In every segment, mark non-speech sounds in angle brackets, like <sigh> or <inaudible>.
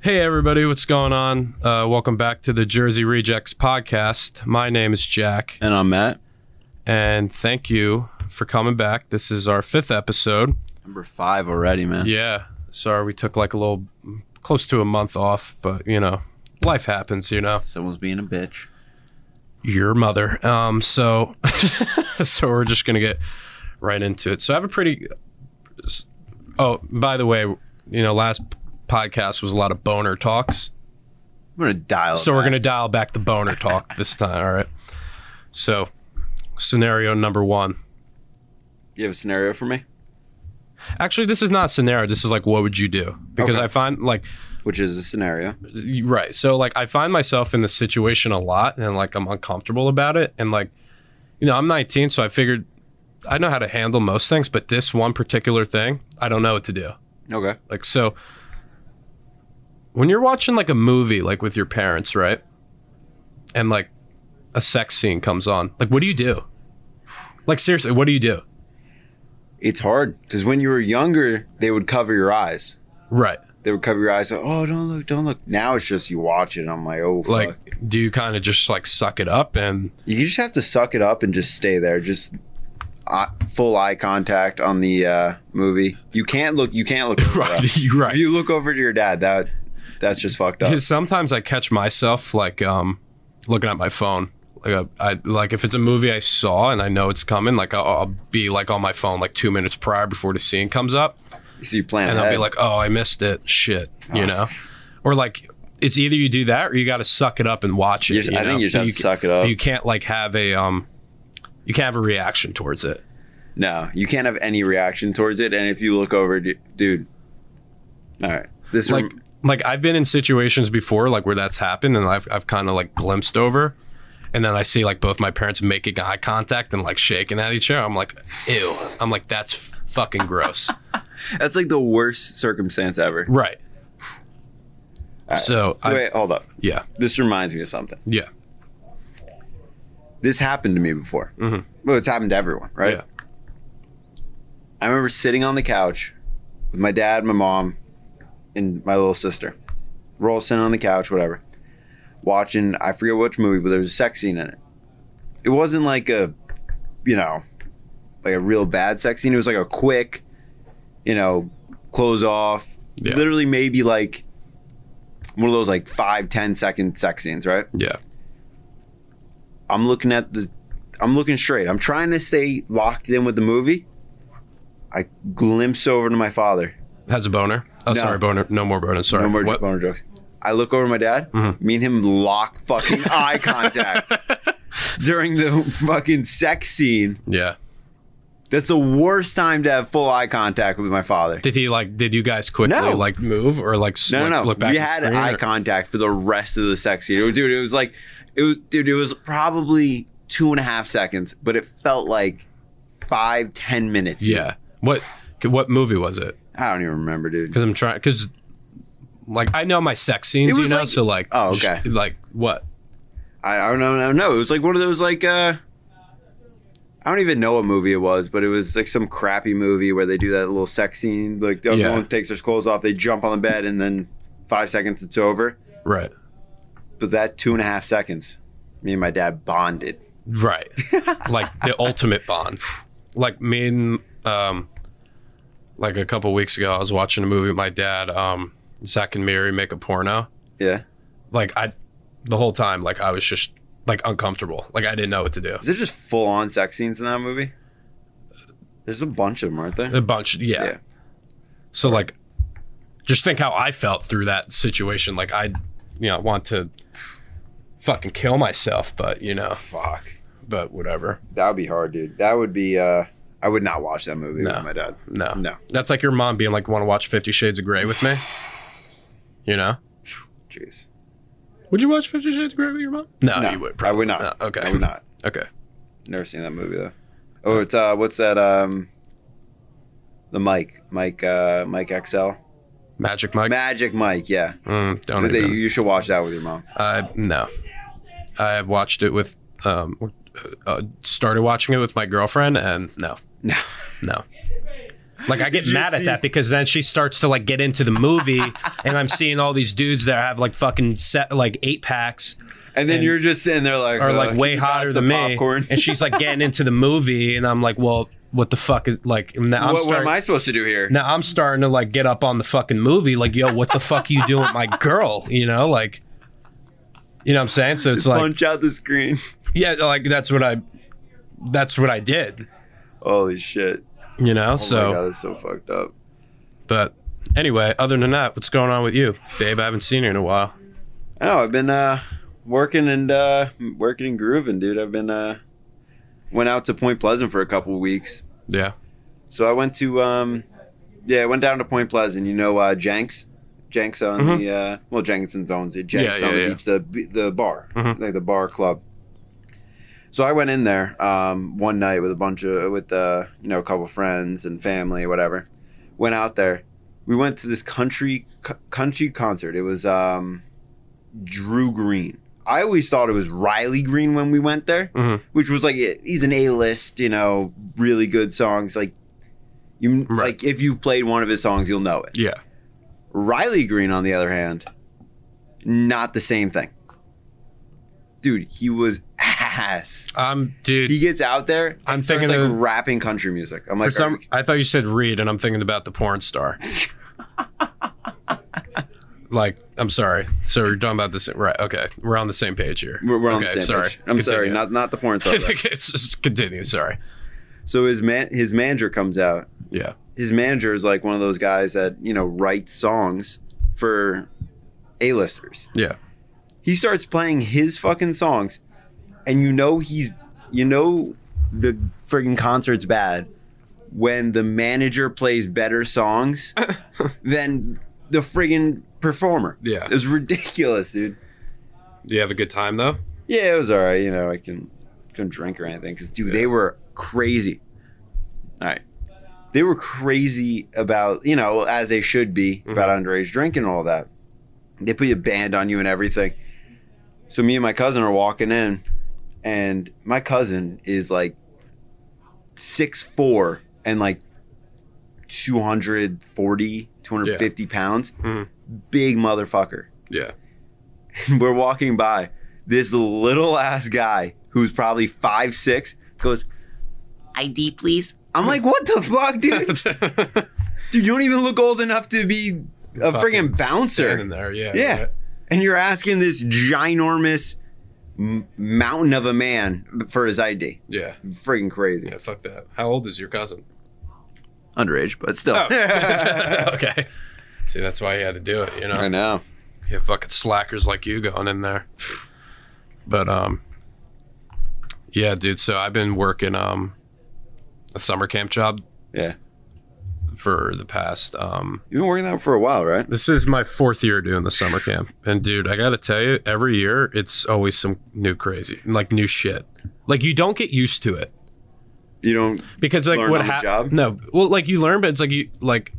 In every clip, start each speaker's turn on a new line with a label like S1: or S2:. S1: Hey, everybody, what's going on? Uh, welcome back to the Jersey Rejects podcast. My name is Jack,
S2: And I'm Matt.
S1: and thank you for coming back. This is our fifth <laughs> episode.
S2: Number five already, man.
S1: Yeah, sorry we took like a little close to a month off, but you know, life happens, you know.
S2: Someone's being a bitch.
S1: your mother. Um, so, <laughs> so we're just gonna get right into it. So I have a pretty. Oh, by the way, you know, last podcast was a lot of boner talks,
S2: We're gonna dial. it
S1: so we're
S2: back.
S1: gonna dial back the boner talk this time. All right. So, scenario number one.
S2: You have a scenario for me,
S1: Actually, this is not scenario. This is like, what would you do? Because
S2: Okay.
S1: I find like
S2: which is a scenario.
S1: right so like i find myself in this situation a lot and like i'm uncomfortable about it and like you know i'm 19 so i figured i know how to handle most things but this one particular thing i don't know what to do
S2: Okay.
S1: like so when you're watching like a movie like with your parents right and like a sex scene comes on like what do you do like seriously what do you do
S2: It's hard because when you were younger, they would cover your eyes.
S1: right
S2: They would cover your eyes. Like, oh, don't look, don't look. Now it's just you watch it. And I'm like, oh, fuck.
S1: like do you kind of just like suck it up
S2: <laughs>
S1: and
S2: you just have to suck it up and just stay there. Just eye, full eye contact on the uh, movie. You can't look.
S1: <laughs>
S2: You can't look. over
S1: right
S2: that.
S1: you right
S2: If you look over to your dad, that that's just fucked up.
S1: Because sometimes I catch myself like um, looking at my phone. Like uh, I like if it's a movie I saw and I know it's coming, like I'll, I'll be like on my phone like two minutes prior before the scene comes up,
S2: So you plan
S1: and I'll
S2: ahead.
S1: be like, oh, I missed it, shit,
S2: Oh.
S1: you know, or like it's either you do that or you got to suck it up and watch it.
S2: You just-
S1: you
S2: I think
S1: know?
S2: you just
S1: But
S2: have to
S1: ca-
S2: suck it up.
S1: but You can't like have a um, you can't have a reaction towards it.
S2: No, you can't have any reaction towards it. And if you look over, du- dude. All right. This
S1: like
S2: rem-
S1: like I've been in situations before like where that's happened and I've I've kind of like glimpsed over and then I see like both my parents making eye contact and like shaking at each other. I'm like, ew. I'm like, that's fucking
S2: <laughs>
S1: gross.
S2: that's like the worst circumstance ever.
S1: right.
S2: right.
S1: So I,
S2: Wait, hold up.
S1: yeah,
S2: This reminds me of something.
S1: yeah,
S2: This happened to me before.
S1: Mhm.
S2: Well, it's happened to everyone, right?
S1: Yeah.
S2: I remember sitting on the couch with my dad, my mom, and my little sister. We're all sitting on the couch, whatever, watching. I forget which movie, but there was a sex scene in it. It wasn't like a, you know, like a real bad sex scene. It was like a quick, you know, close off.
S1: Yeah.
S2: Literally, maybe like one of those like five, ten second sex scenes, right?
S1: yeah,
S2: I'm looking at the I'm looking straight. I'm trying to stay locked in with the movie. I glimpse over to my father.
S1: has a boner. Oh,
S2: No.
S1: sorry, boner. No more boner. Sorry.
S2: no more
S1: What?
S2: boner jokes. I look over to my dad.
S1: Mhm.
S2: Me and him lock
S1: <laughs>
S2: fucking eye contact during the fucking sex scene.
S1: Yeah.
S2: That's the worst time to have full eye contact with my father.
S1: Did he like? Did you guys quickly
S2: No.
S1: like move or like s-
S2: No,
S1: like,
S2: no, no.
S1: look back?
S2: we
S1: at the
S2: had
S1: screen,
S2: eye
S1: or-
S2: contact for the rest of the sex scene. It was- Dude, it was like, it was, dude, it was probably two and a half seconds, but it felt like five, ten minutes.
S1: Yeah. What? What movie was it?
S2: I don't even remember, dude.
S1: Because I'm trying. Because like I know my sex scenes,
S2: It
S1: you
S2: was
S1: know.
S2: like-
S1: so like,
S2: Oh, okay.
S1: sh- like what?
S2: I, I don't know. No, no, it was like one of those like uh, I don't even know what movie it was, but it was like some crappy movie where they do that little sex scene. Like the
S1: Yeah.
S2: one takes their clothes off, they jump on the bed, and then five seconds it's over.
S1: Right.
S2: But that two and a half seconds, me and my dad bonded. <laughs>
S1: Right. like the ultimate bond. Like me and um, like a couple weeks ago, I was watching a movie with my dad. Um, Zach and Mary make a porno.
S2: Yeah.
S1: Like I, the whole time, like I was just like uncomfortable. Like I didn't know what to do.
S2: Is it just full on sex scenes in that movie? There's a bunch of them, aren't there?
S1: A bunch. Yeah.
S2: Yeah.
S1: So like, just think how I felt through that situation. Like I, you know, want to fucking kill myself, but you know.
S2: Fuck.
S1: but whatever.
S2: That would be hard, dude. That would be. uh I would not watch that movie
S1: No.
S2: with my dad.
S1: No.
S2: No.
S1: That's like your mom being like, want to watch Fifty Shades of Grey with me? You know?
S2: Jeez.
S1: Would you watch Fifty Shades of Grey with your mom? No,
S2: No,
S1: Oh, you would.
S2: I
S1: Probably.
S2: would not.
S1: No, okay.
S2: I would not.
S1: Okay.
S2: Never seen that movie though. Oh, it's uh, what's that? Um, the Mike, Mike, uh, Mike XL,
S1: Magic Mike?
S2: Magic Mike. Yeah,
S1: mm, don't
S2: They-
S1: even.
S2: you should watch that with your mom.
S1: I, no. I have watched it with, um, uh, started watching it with my girlfriend and no.
S2: No.
S1: No. Like I get
S2: Did you
S1: mad at
S2: see-
S1: that because then she starts to like get into the movie,
S2: <laughs>
S1: and I'm seeing all these dudes that have like fucking set like eight packs
S2: And then
S1: And-
S2: you're just sitting there like,
S1: are
S2: "Uh,
S1: like
S2: can
S1: way
S2: you pass
S1: hotter
S2: the
S1: than me,
S2: popcorn.
S1: and she's like getting into the movie, and I'm like, well, what the fuck is like? and Now I'm,
S2: what, what
S1: starting,
S2: am I supposed to do here?
S1: now I'm starting to like get up on the fucking movie, like yo, what the fuck you doing, with my girl? You know, like, you know what I'm saying? So it's like,
S2: Punch out the screen. <laughs>
S1: yeah, like that's what I, that's what I did.
S2: Holy shit!
S1: You know,
S2: Oh
S1: so
S2: my God, that's so fucked up.
S1: But anyway, other than that, what's going on with you, babe? I haven't seen you in a while.
S2: I know. I've been uh, working and uh, working and grooving, dude. I've been uh, went out to Point Pleasant for a couple weeks.
S1: Yeah.
S2: So I went to um, yeah, I went down to Point Pleasant. You know, uh, Jenks. Jenks on
S1: Mhm.
S2: the uh, well, Jenkinson's owns it. Jenks
S1: Yeah,
S2: on
S1: yeah,
S2: the
S1: yeah.
S2: beach, the be- the bar,
S1: Mhm.
S2: like the bar club. So I went in there um, one night with a bunch of with uh, you know a couple friends and family, whatever. Went out there. We went to this country c- country concert. It was um, Drew Green. I always thought it was Riley Green when we went there,
S1: Mhm.
S2: which was like eh, he's an A list, you know, really good songs. Like you
S1: Right.
S2: like if you played one of his songs, you'll know it.
S1: Yeah.
S2: Riley Green, on the other hand, not the same thing. Dude, he was ass.
S1: Um, dude.
S2: He gets out there.
S1: I'm
S2: and starts,
S1: thinking
S2: like
S1: of-
S2: rapping country music. I'm like,
S1: for some, I thought you said Reed, and I'm thinking about the porn
S2: <laughs>
S1: star. like, I'm sorry. So you're talking about this, right? Okay, we're on the same page here.
S2: we're, we're on
S1: okay,
S2: the same
S1: sorry.
S2: page. I'm sorry,
S1: Continue.
S2: not not the
S1: <laughs>
S2: porn star. though.
S1: It's just continue. Sorry.
S2: so his man, his manager comes out.
S1: Yeah.
S2: His manager is like one of those guys that you know writes songs for A-listers.
S1: Yeah.
S2: he starts playing his fucking songs and you know he's you know the friggin' concert's bad when the manager plays better songs than the friggin' performer
S1: Yeah.
S2: it was ridiculous dude
S1: Do you have a good time though?
S2: yeah it was all right you know i can couldn't drink or anything because dude they were crazy all right they were crazy about you know as they should be about underage drinking and all that they put a band on you and everything so me and my cousin are walking in and my cousin is like six four and like 240 250 pounds
S1: Mhm.
S2: big motherfucker
S1: Yeah.
S2: <laughs> we're walking by this little ass guy who's probably five six goes id please i'm like what the fuck
S1: <laughs>
S2: dude dude you don't even look old enough to be a friggin' bouncer
S1: in there. Yeah.
S2: Yeah.
S1: right.
S2: and you're asking this ginormous m- mountain of a man for his id
S1: Yeah.
S2: friggin' crazy
S1: Yeah. Fuck that. How old is your cousin?
S2: underage but still
S1: Oh. <laughs> okay. See, that's why he had to do it. You know.
S2: <laughs> i know
S1: You have fucking slackers like you going in there. But um yeah, dude, so I've been working um a summer camp job
S2: yeah
S1: for the past um
S2: you've been working out for a while right
S1: this is my fourth year doing the summer camp. And dude, I got to tell you, every year it's always some new crazy, like new shit. Like you don't get used to it.
S2: you don't
S1: because like
S2: Learn
S1: what
S2: on the job?
S1: happened no well like you learn but it's like you like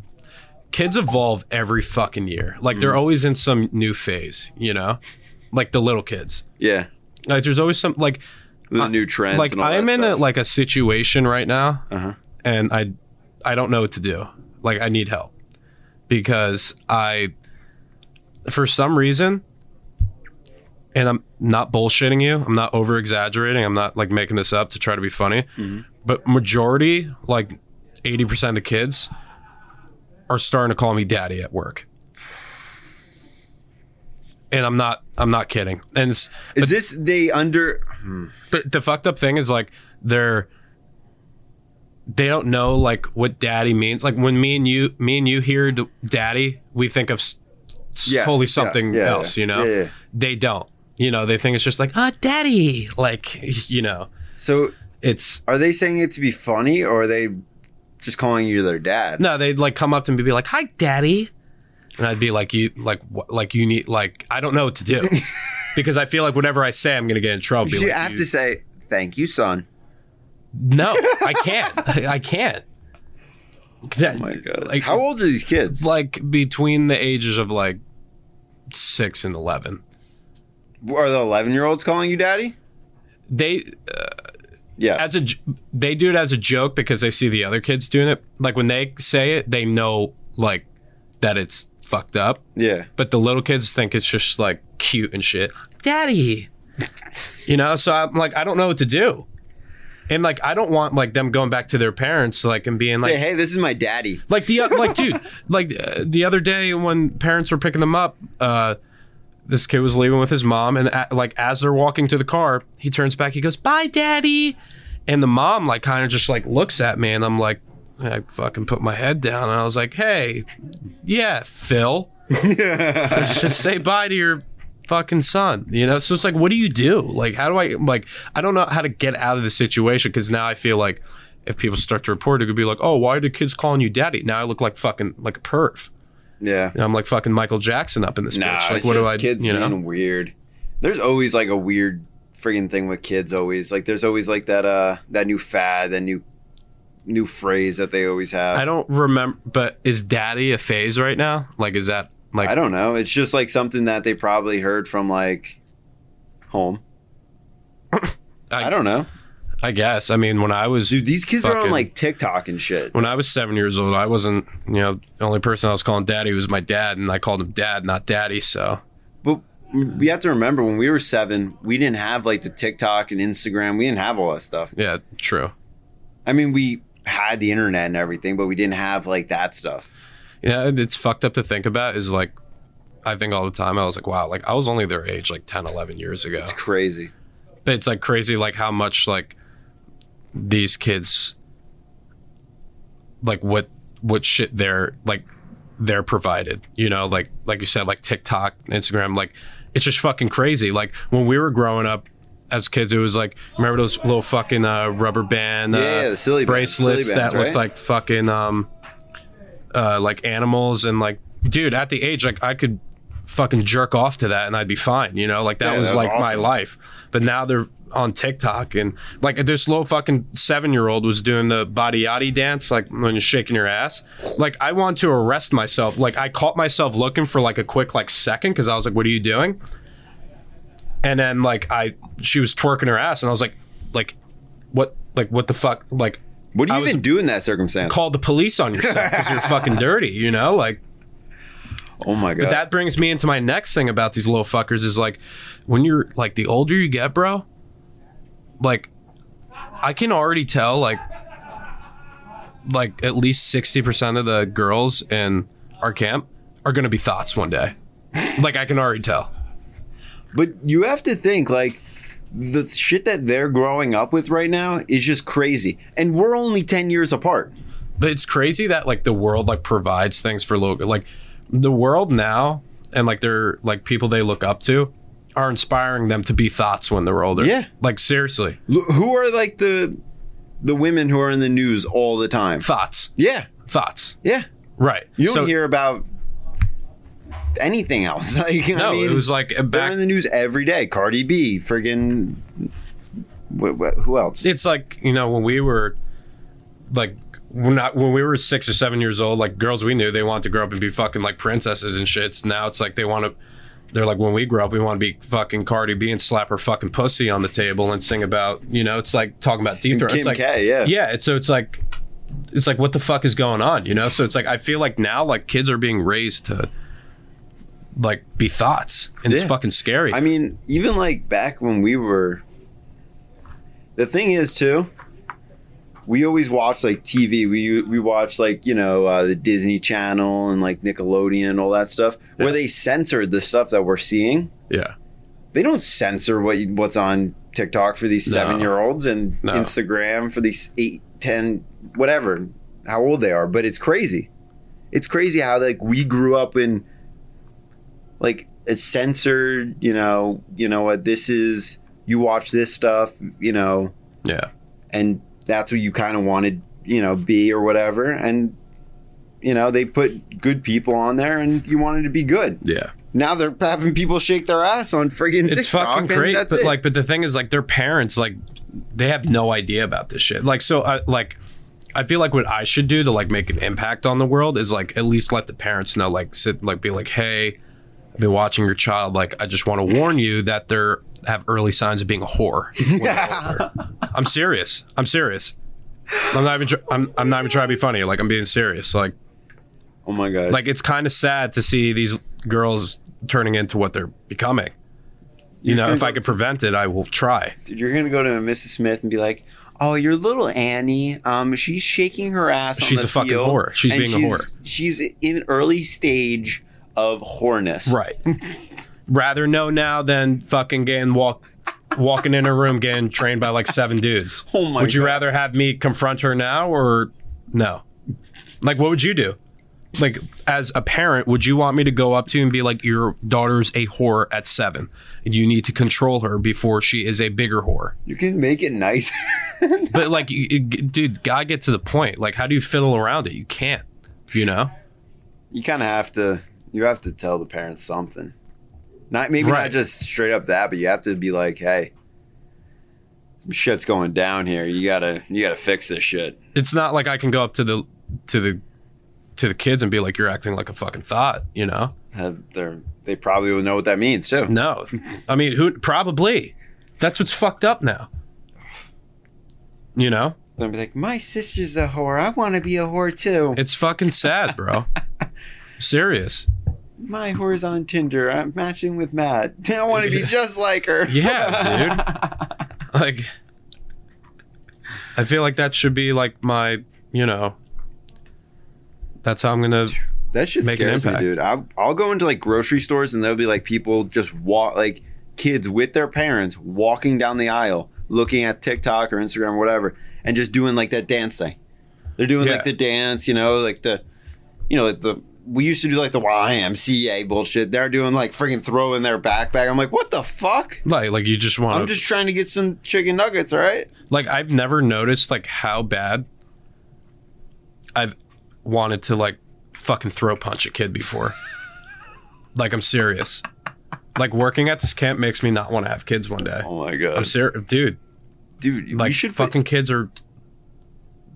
S1: kids evolve every fucking year like
S2: Mm.
S1: they're always in some new phase you know like the little kids
S2: yeah
S1: like there's always some like
S2: the new trends
S1: Uh, like
S2: and all
S1: i'm
S2: that
S1: in a
S2: stuff.
S1: like a situation right now
S2: Uh-huh.
S1: and i i don't know what to do like i need help because i for some reason and i'm not bullshitting you i'm not over exaggerating i'm not like making this up to try to be funny
S2: Mm-hmm.
S1: but majority like 80% of the kids are starting to call me daddy at work and i'm not i'm not kidding and it's
S2: is this they under
S1: but the fucked up thing is like they're they don't know like what daddy means. Like when me and you, me and you hear d- daddy, we think of s- s-
S2: Yes,
S1: totally
S2: yeah,
S1: something
S2: yeah, yeah.
S1: else. You know,
S2: Yeah, yeah.
S1: they don't. You know, they think it's just like ah, daddy. Like <laughs> you know,
S2: so
S1: it's
S2: Are they saying it to be funny, or are they just calling you their dad?
S1: no. They'd like come up to me and be like, "Hi, daddy," and I'd be like, "You like what? Like you need like I don't know what to
S2: <laughs>
S1: do." Because I feel like whatever I say, I'm gonna get in trouble.
S2: you
S1: Be like,
S2: have
S1: "You-
S2: to say thank you, son.
S1: No, I can't. <laughs> I
S2: <laughs>
S1: can't.
S2: Oh
S1: That- Oh Like,
S2: how old are these kids?
S1: like between the ages of like six and eleven.
S2: Are the eleven-year-olds calling you daddy?
S1: They, uh,
S2: Yeah.
S1: as a j- they do it as a joke because they see the other kids doing it. Like when they say it, they know like that it's fucked up,
S2: yeah.
S1: but the little kids think it's just like cute and shit. Daddy, you know. So I'm like, I don't know what to do, and like I don't want like them going back to their parents like and being like,
S2: Say, hey, this is my daddy.
S1: <laughs>
S2: <laughs>
S1: like the like dude, like uh, the other day when parents were picking them up, uh, this kid was leaving with his mom, and a like as they're walking to the car, he turns back, he goes, "Bye, daddy," and the mom like kind of just like looks at me, and I'm like, I fucking put my head down, and I was like, "Hey, yeah, Phil, just say bye to your." fucking son you know so it's like what do you do like how do i like i don't know how to get out of the situation because now i feel like if people start to report it, it could be like, oh, why are the kids calling you daddy? Now I look like fucking like a perv.
S2: Yeah.
S1: And I'm like fucking Michael Jackson up in this
S2: Nah,
S1: bitch. Like,
S2: it's
S1: what do
S2: just
S1: I,
S2: kids
S1: you know?
S2: being weird. There's always like a weird friggin' thing with kids. Always like there's always like that uh that new fad, that new new phrase that they always have.
S1: I don't remember, but is daddy a phase right now? Like, is that like,
S2: I don't know. It's just like something that they probably heard from like home.
S1: I-
S2: I, don't know.
S1: I guess. I mean, when I was,
S2: Dude, these kids are on
S1: Fucking-
S2: like TikTok and shit.
S1: when I was seven years old, I wasn't, you know, the only person I was calling daddy was my dad, and I called him dad, not daddy. So,
S2: But we have to remember when we were seven, we didn't have like the TikTok and Instagram. We didn't have all that stuff.
S1: yeah, true.
S2: I mean, we had the internet and everything, but we didn't have like that stuff.
S1: Yeah, it- it's fucked up to think about is like, I think all the time I was like, wow, like I was only their age like 10, 11 years ago.
S2: It's crazy.
S1: But it's like crazy like how much like these kids like what what shit they're like they're provided you know like like you said like tiktok instagram like it's just fucking crazy like when we were growing up as kids it was like remember those little fucking uh, rubber band uh,
S2: Yeah, the silly bands,
S1: bracelets
S2: silly bands,
S1: that looked
S2: right?
S1: like fucking um uh like animals and like dude at the age like i could fucking jerk off to that and I'd be fine, you know? Like that
S2: Yeah,
S1: was
S2: that's
S1: like my
S2: awesome.
S1: life. But now they're on TikTok and like this little fucking seven year old was doing the body yadi dance, like when you're shaking your ass. Like I want to arrest myself. Like I caught myself looking for like a quick like second because I was like, What are you doing? And then like I she was twerking her ass and I was like like what like what the fuck like
S2: What do
S1: I
S2: you
S1: was-
S2: even do in that circumstance?
S1: call the police on yourself because you're fucking dirty, you know? Like
S2: oh my god.
S1: that brings me into my next thing about these little fuckers is like when you're like the older you get bro like i can already tell like like at least 60% of the girls in our camp are gonna be thoughts one day like i can already tell
S2: but you have to think like the shit that they're growing up with right now is just crazy. And we're only 10 years apart.
S1: but it's crazy that like the world like provides things for local like the world now and like their like people they look up to are inspiring them to be thoughts when they're older
S2: Yeah.
S1: like seriously
S2: L- who are like the the women who are in the news all the time?
S1: thoughts
S2: Yeah.
S1: thoughts
S2: Yeah.
S1: right
S2: You don't
S1: So-
S2: hear about anything else. <laughs> Like,
S1: No,
S2: I mean,
S1: it was like
S2: they're
S1: back.
S2: in the news every day. Cardi B, friggin' wh- wh- who else?
S1: It's like you know when we were, like, we're not when we were six or seven years old. Like girls we knew, they wanted to grow up and be fucking like princesses and shits. Now it's like they want to. They're like, when we grow up, we want to be fucking Cardi B and slap her fucking pussy on the table and sing about, you know, it's like talking about deep throat.
S2: Kim
S1: It's like,
S2: K, yeah.
S1: yeah. It's, so it's like, it's like, what the fuck is going on, you know? So it's like, I feel like now, like, kids are being raised to, like, be thoughts, and it's
S2: Yeah.
S1: fucking scary.
S2: I mean, even like back when we were. The thing is, too, we always watch like TV. We we watch like you know uh, the Disney Channel and like Nickelodeon, all that stuff,
S1: Yeah.
S2: where they censored the stuff that we're seeing.
S1: yeah,
S2: they don't censor what you, what's on TikTok for these
S1: No.
S2: seven year olds and
S1: No.
S2: Instagram for these eight, ten, whatever, how old they are. But it's crazy. It's crazy how like we grew up in like it's censored. You know, you know what this is. You watch this stuff. You know,
S1: yeah.
S2: and that's what you kind of wanted. You know, be or whatever, and you know they put good people on there, and you wanted to be good.
S1: Yeah.
S2: Now they're having people shake their ass on friggin'
S1: it's
S2: TikTok.
S1: fucking
S2: and
S1: great
S2: that's
S1: but
S2: it.
S1: like but the thing is like their parents like they have no idea about this shit like so i like i feel like what i should do to like make an impact on the world is like at least let the parents know like sit like be like hey been watching your child, like I just want to warn you that they're have early signs of being a
S2: <laughs>
S1: whore. when they're older." I'm serious. I'm serious. I'm not even. Tr- I'm, I'm not even trying to be funny. Like I'm being serious. Like
S2: Oh my god.
S1: like it's kind of sad to see these girls turning into what they're becoming. You know,
S2: gonna
S1: if I
S2: go-
S1: could prevent it, I will try.
S2: Dude, you're gonna go to Mrs. Smith and be like, "Oh, your little Annie, um, she's shaking her ass. On
S1: She's
S2: the
S1: a fucking
S2: field,
S1: whore. She's
S2: and
S1: being a
S2: she's,
S1: whore."
S2: She's in early stage of whoreness.
S1: Right. <laughs> Rather know now than fucking getting walk walking in a room getting trained by like seven dudes.
S2: <laughs> Oh my
S1: would you
S2: God.
S1: rather have me confront her now or no? Like what would you do? Like as a parent, would you want me to go up to you and be like, Your daughter's a whore at seven and you need to control her before she is a bigger whore?
S2: You can make it nice. <laughs>
S1: But like you, you- dude, gotta get to the point. Like, how do you fiddle around it? You can't. You know?
S2: you kind of have to. You have to tell the parents something. Not maybe
S1: Right.
S2: not just straight up that, but you have to be like, "Hey, some shit's going down here. You gotta, you gotta fix this shit."
S1: it's not like I can go up to the to the to the kids and be like, "You're acting like a fucking thought," you know?
S2: Have their, they probably would know what that means too.
S1: No, I mean, who? Probably. That's what's fucked up now. You know,
S2: They'll be like, "My sister's a whore. I want to be a whore too."
S1: it's fucking sad, bro. Serious.
S2: My whore's on Tinder. I'm matching with Matt. <laughs> I want to be just like her.
S1: Yeah, dude. Like, I feel like that should be like my, you know. That's how I'm gonna.
S2: <laughs> That shit
S1: Make an
S2: scares me,
S1: impact.
S2: dude. I'll, I'll go into like grocery stores and there'll be like people just walk, like kids with their parents walking down the aisle, looking at TikTok or Instagram or whatever, and just doing like that dance thing. They're doing
S1: Yeah.
S2: like the dance, you know, like the, you know, like the. We used to do like the YMCA bullshit. They're doing like freaking throwing their backpack. I'm like, what the fuck?
S1: Like, like you just want.
S2: I'm just trying to get some chicken nuggets, all right?
S1: like I've never noticed like how bad I've wanted to like fucking throw punch a kid before. <laughs> like I'm serious. Like working at this camp makes me not want to have kids one day.
S2: Oh my
S1: I'm
S2: god,
S1: serious, dude.
S2: dude!
S1: Like
S2: we should fucking.
S1: fucking kids are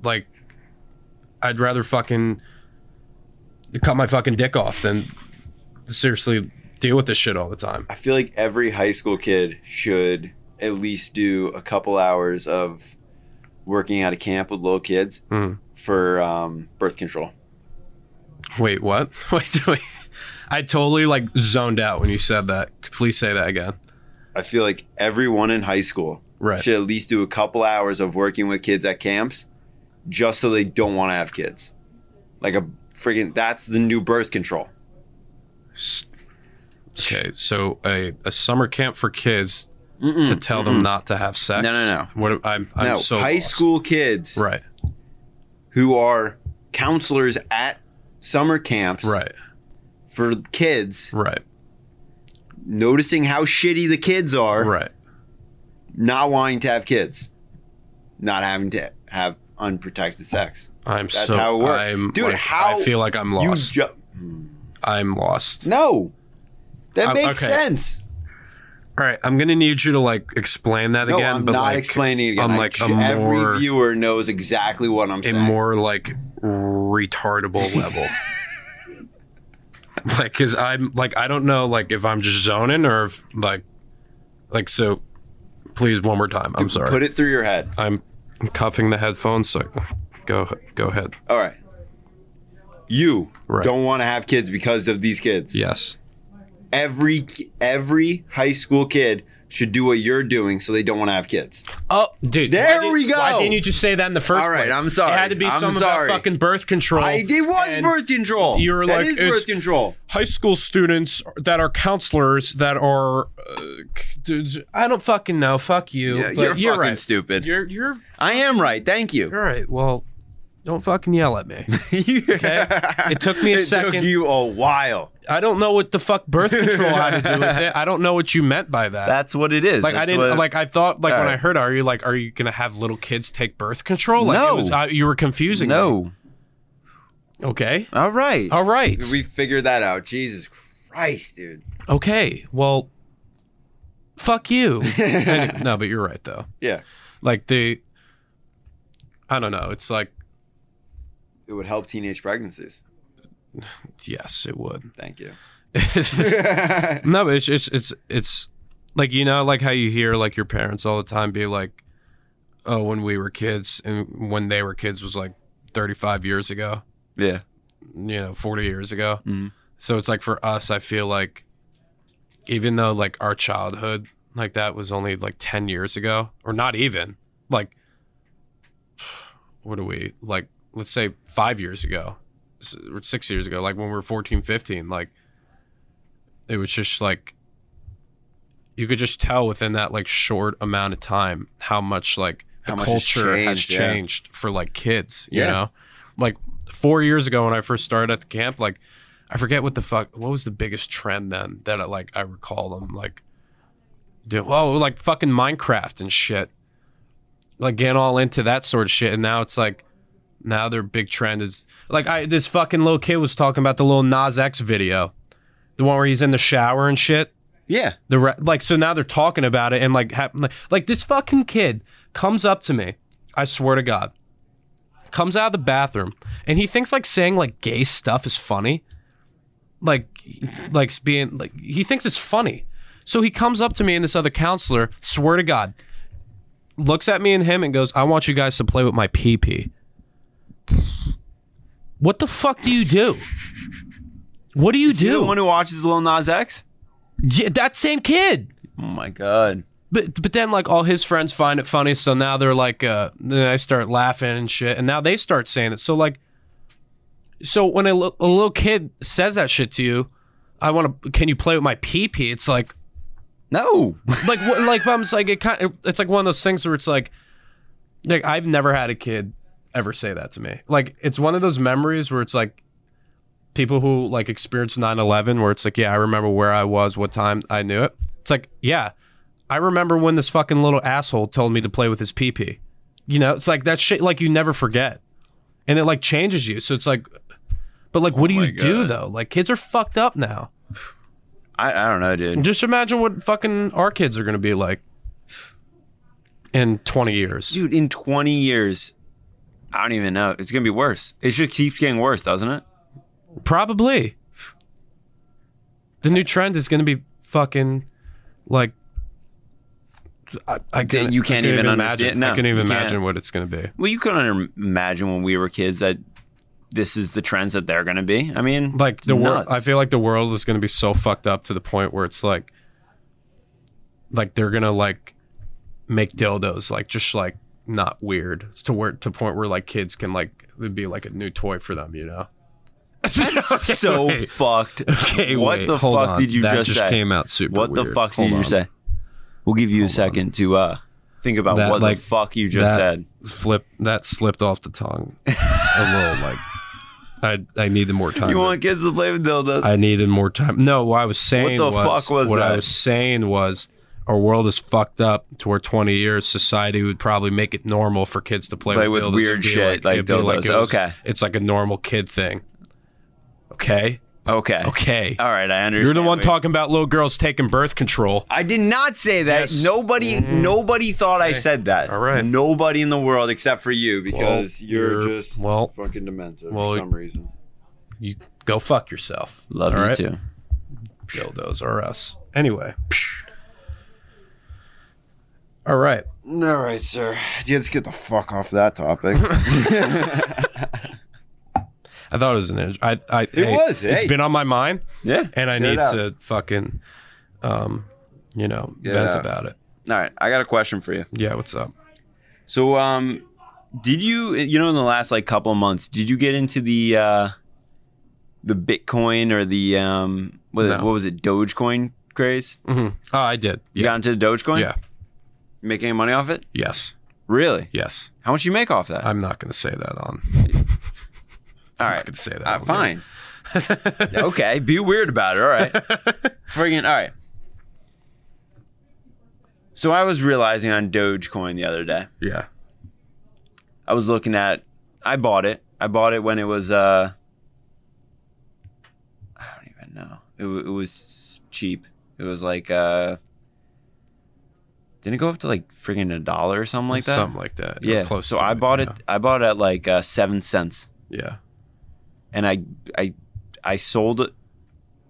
S1: like I'd rather fucking cut my fucking dick off than seriously deal with this shit all the time.
S2: I feel like every high school kid should at least do a couple hours of working at a camp with little kids
S1: Mhm.
S2: for um, birth control.
S1: Wait, what? <laughs> Wait, wait. I totally like zoned out when you said that. Please say that again.
S2: I feel like everyone in high school
S1: Right.
S2: should at least do a couple hours of working with kids at camps just so they don't want to have kids. Like a freaking that's the new birth control.
S1: S- Okay, so a, a summer camp for kids
S2: Mm-mm,
S1: to tell them not to have sex.
S2: Mm, mm-hmm. No, no,
S1: What am- I'm, I'm
S2: no,
S1: so
S2: high
S1: lost.
S2: school kids
S1: Right,
S2: who are counselors at summer camps
S1: right,
S2: for kids
S1: right,
S2: noticing how shitty the kids are
S1: right.
S2: not wanting to have kids, not having to have unprotected sex.
S1: I'm
S2: That's
S1: so.
S2: how it works.
S1: I'm,
S2: Dude,
S1: like,
S2: how
S1: I feel like I'm lost.
S2: You ju-
S1: I'm lost.
S2: no, that
S1: I'm-
S2: makes
S1: okay.
S2: sense.
S1: All right, I'm gonna need you to like explain that
S2: No,
S1: again.
S2: I'm
S1: but
S2: not
S1: like,
S2: explaining it again.
S1: I'm
S2: I
S1: like
S2: ju-
S1: a more-
S2: every viewer knows exactly what I'm
S1: a
S2: saying.
S1: more like retardable level.
S2: <laughs>
S1: like, cause I'm like I don't know like if I'm just zoning or if like like so. Please, one more time. I'm sorry.
S2: Put it through your head.
S1: I'm cuffing the headphones, so go go ahead.
S2: All right. You
S1: Right.
S2: don't want to have kids because of these kids.
S1: Yes.
S2: Every every high school kid should do what you're doing so they don't want to have kids.
S1: Oh, dude. why
S2: There
S1: did-
S2: we go.
S1: Why didn't you just say that in the first
S2: All right,
S1: place?
S2: I'm sorry.
S1: It had to be
S2: I'm
S1: some
S2: sorry.
S1: about fucking birth control.
S2: I it was
S1: and
S2: birth control.
S1: you were
S2: That
S1: like,
S2: is
S1: it's-
S2: birth control.
S1: High school students that are counselors that are, uh, c- dudes- I don't fucking know. Fuck you.
S2: Yeah,
S1: but
S2: you're, fucking
S1: right.
S2: stupid.
S1: You're you're
S2: I am right. Thank you.
S1: all right. Well, don't fucking yell at me.
S2: <laughs>
S1: Okay? It took me a
S2: it took
S1: second.
S2: you a while.
S1: <laughs> I don't know what the fuck birth control had to do
S2: <laughs>
S1: with it. I don't know what you meant by that.
S2: That's what it is.
S1: Like I
S2: That's
S1: didn't
S2: what-
S1: like I thought like when
S2: Alright.
S1: I heard are you like are you gonna have little kids take birth control? Like
S2: No.
S1: it was, I, you were confusing. me.
S2: No.
S1: Okay.
S2: All right.
S1: All right.
S2: We figured that out. Jesus
S1: <laughs>
S2: Christ, dude.
S1: okay. Well. Fuck
S2: <laughs>
S1: you. Any- no, but you're right though.
S2: Yeah.
S1: Like the. I don't know. It's like
S2: It would help teenage pregnancies.
S1: yes, it would.
S2: <laughs>
S1: <laughs>
S2: Thank you.
S1: no, but it's, it's it's it's like you know, like how you hear like your parents all the time be like, "Oh, when we were kids, and when they were kids was like 35 years ago,
S2: yeah.
S1: you know, 40 years ago."
S2: Mhm.
S1: So it's like for us, I feel like even though like our childhood, like that was only like 10 years ago, or not even like what are we like? Let's say five years ago, s- or six years ago, like when we were 14, 15, like it was just like you could just tell within that like short amount of time how much like the
S2: How much has
S1: culture has
S2: changed, yeah.
S1: changed for like kids, you
S2: Yeah.
S1: know? Like four years ago when I first started at the camp, like I forget what the fuck what was the biggest trend then that I like I recall them like do oh like fucking Minecraft and shit. Like getting all into that sort of shit and now it's like now their big trend is like I this fucking little kid was talking about the little Nas X video. The one where he's in the shower and shit.
S2: Yeah.
S1: The re- like so now they're talking about it and like hap- like- like this fucking kid comes up to me. I swear to God, comes out of the bathroom and he thinks like saying like gay stuff is funny, like like being like he thinks it's funny. So he comes up to me and this other counselor. Swear to God, looks at me and him and goes, "I want you guys to play with my pee pee." What the fuck do you do? What do you
S2: You the one
S1: do?
S2: who watches Lil Nas X?
S1: Yeah, that same kid.
S2: Oh my god.
S1: But but then like all his friends find it funny, so now they're like, uh, then I start laughing and shit, and now they start saying it. So like, so when a, li- a little kid says that shit to you, I want to. Can you play with my pee pee? It's like
S2: No.
S1: like what, like I'm just like it kind of, it's like one of those things where it's like like I've never had a kid ever say that to me. Like it's one of those memories where it's like people who like experienced 9/11 where it's like yeah, I remember where I was, what time I knew it. It's like yeah, I remember when this fucking little asshole told me to play with his pee pee. You know, it's like that shit like you never forget. And it like changes you. So it's like but like what do
S2: Oh my
S1: you do
S2: God.
S1: though? Like kids are fucked up now.
S2: <laughs> I, I don't know, dude.
S1: Just imagine what fucking our kids are gonna be like in twenty years.
S2: Dude, in 20 years, I don't even know. It's gonna be worse. It just keeps getting worse, doesn't it?
S1: Probably. The new trend is gonna be fucking like I, I couldn't-
S2: you
S1: I
S2: can't
S1: couldn't
S2: even
S1: imagine.
S2: understand-
S1: I
S2: no,
S1: can't even
S2: you can't.
S1: imagine what it's gonna be.
S2: Well, you couldn't im- imagine when we were kids that this is the trends that they're gonna be. I mean,
S1: Like the world,
S2: nuts.
S1: I feel like the world is gonna be so fucked up to the point where it's like, like they're gonna like make dildos like just like not weird. It's to where to point where like kids can like it'd be like a new toy for them, you know.
S2: <laughs>
S1: Okay, <laughs>
S2: so
S1: wait. <laughs>
S2: fucked.
S1: Okay,
S2: what
S1: wait,
S2: the
S1: hold
S2: fuck
S1: on.
S2: did you
S1: that
S2: just, say?
S1: came out super.
S2: what the
S1: weird.
S2: fuck
S1: Hold
S2: did you
S1: on.
S2: just say? We'll give you a second to uh think about
S1: That,
S2: what
S1: like,
S2: the fuck you just
S1: that-
S2: said.
S1: Flip that slipped off the tongue a little. Like I, I needed more time.
S2: You
S1: to-
S2: want kids to play with dildos?
S1: I needed more time. No, what I was saying.
S2: the
S1: was,
S2: fuck was
S1: What I
S2: that?
S1: was saying was. Our world is fucked up to where 20 years society would probably make it normal for kids to play,
S2: Play with
S1: dildos.
S2: weird
S1: It'd be
S2: shit, like
S1: it'd be
S2: dildos.
S1: it was-
S2: Okay.
S1: It's like a normal kid thing. Okay.
S2: okay.
S1: Okay.
S2: All right, I understand.
S1: You're the one
S2: what
S1: talking about little girls taking birth control.
S2: I did not say that.
S1: Yes. Mm.
S2: Nobody, nobody thought I said that.
S1: All right.
S2: Nobody in the world except for you, because
S1: Well,
S2: you're,
S1: you're-
S2: just
S1: well,
S2: fucking demented
S1: well,
S2: for some reason.
S1: you go fuck yourself.
S2: Love
S1: All
S2: you
S1: right?
S2: too.
S1: Dildos or us. Anyway. All right.
S2: All right, sir.
S3: Yeah, let's get the fuck off that topic.
S1: I thought it was an edge. I, I, it
S2: was,
S1: It's
S2: hey.
S1: been on my mind,
S2: Yeah.
S1: and I
S2: Get it
S1: need
S2: out.
S1: to fucking, um, you know,
S2: Get it
S1: vent
S2: out.
S1: about it.
S2: All right, I got a question for you.
S1: Yeah. What's up?
S2: So, um, did you, you know, in the last like couple of months, did you get into the, uh, the Bitcoin or the, um, what,
S1: No.
S2: what was it, Dogecoin craze?
S1: hmm Oh, I did.
S2: You
S1: Yeah.
S2: got into the Dogecoin?
S1: Yeah.
S2: You make any money off it?
S1: Yes.
S2: Really?
S1: Yes.
S2: How much you make off that?
S1: I'm not gonna say that on.
S2: All
S1: Uh, I
S2: right.
S1: could say that.
S2: Uh,
S1: on-
S2: fine. okay, be weird about it. All right. Friggin' all right. So I was realizing on Dogecoin the other day.
S1: <laughs> Yeah.
S2: I was looking at I bought it. I bought it when it was uh I don't even know. It, wa- it was cheap. It was like uh didn't it go up to like friggin' a dollar or something like that?
S1: Something like that.
S2: yeah.
S1: Close.
S2: so
S1: to
S2: I bought it
S1: yeah.
S2: I bought it at like uh 7 cents
S1: Yeah.
S2: and I I I sold it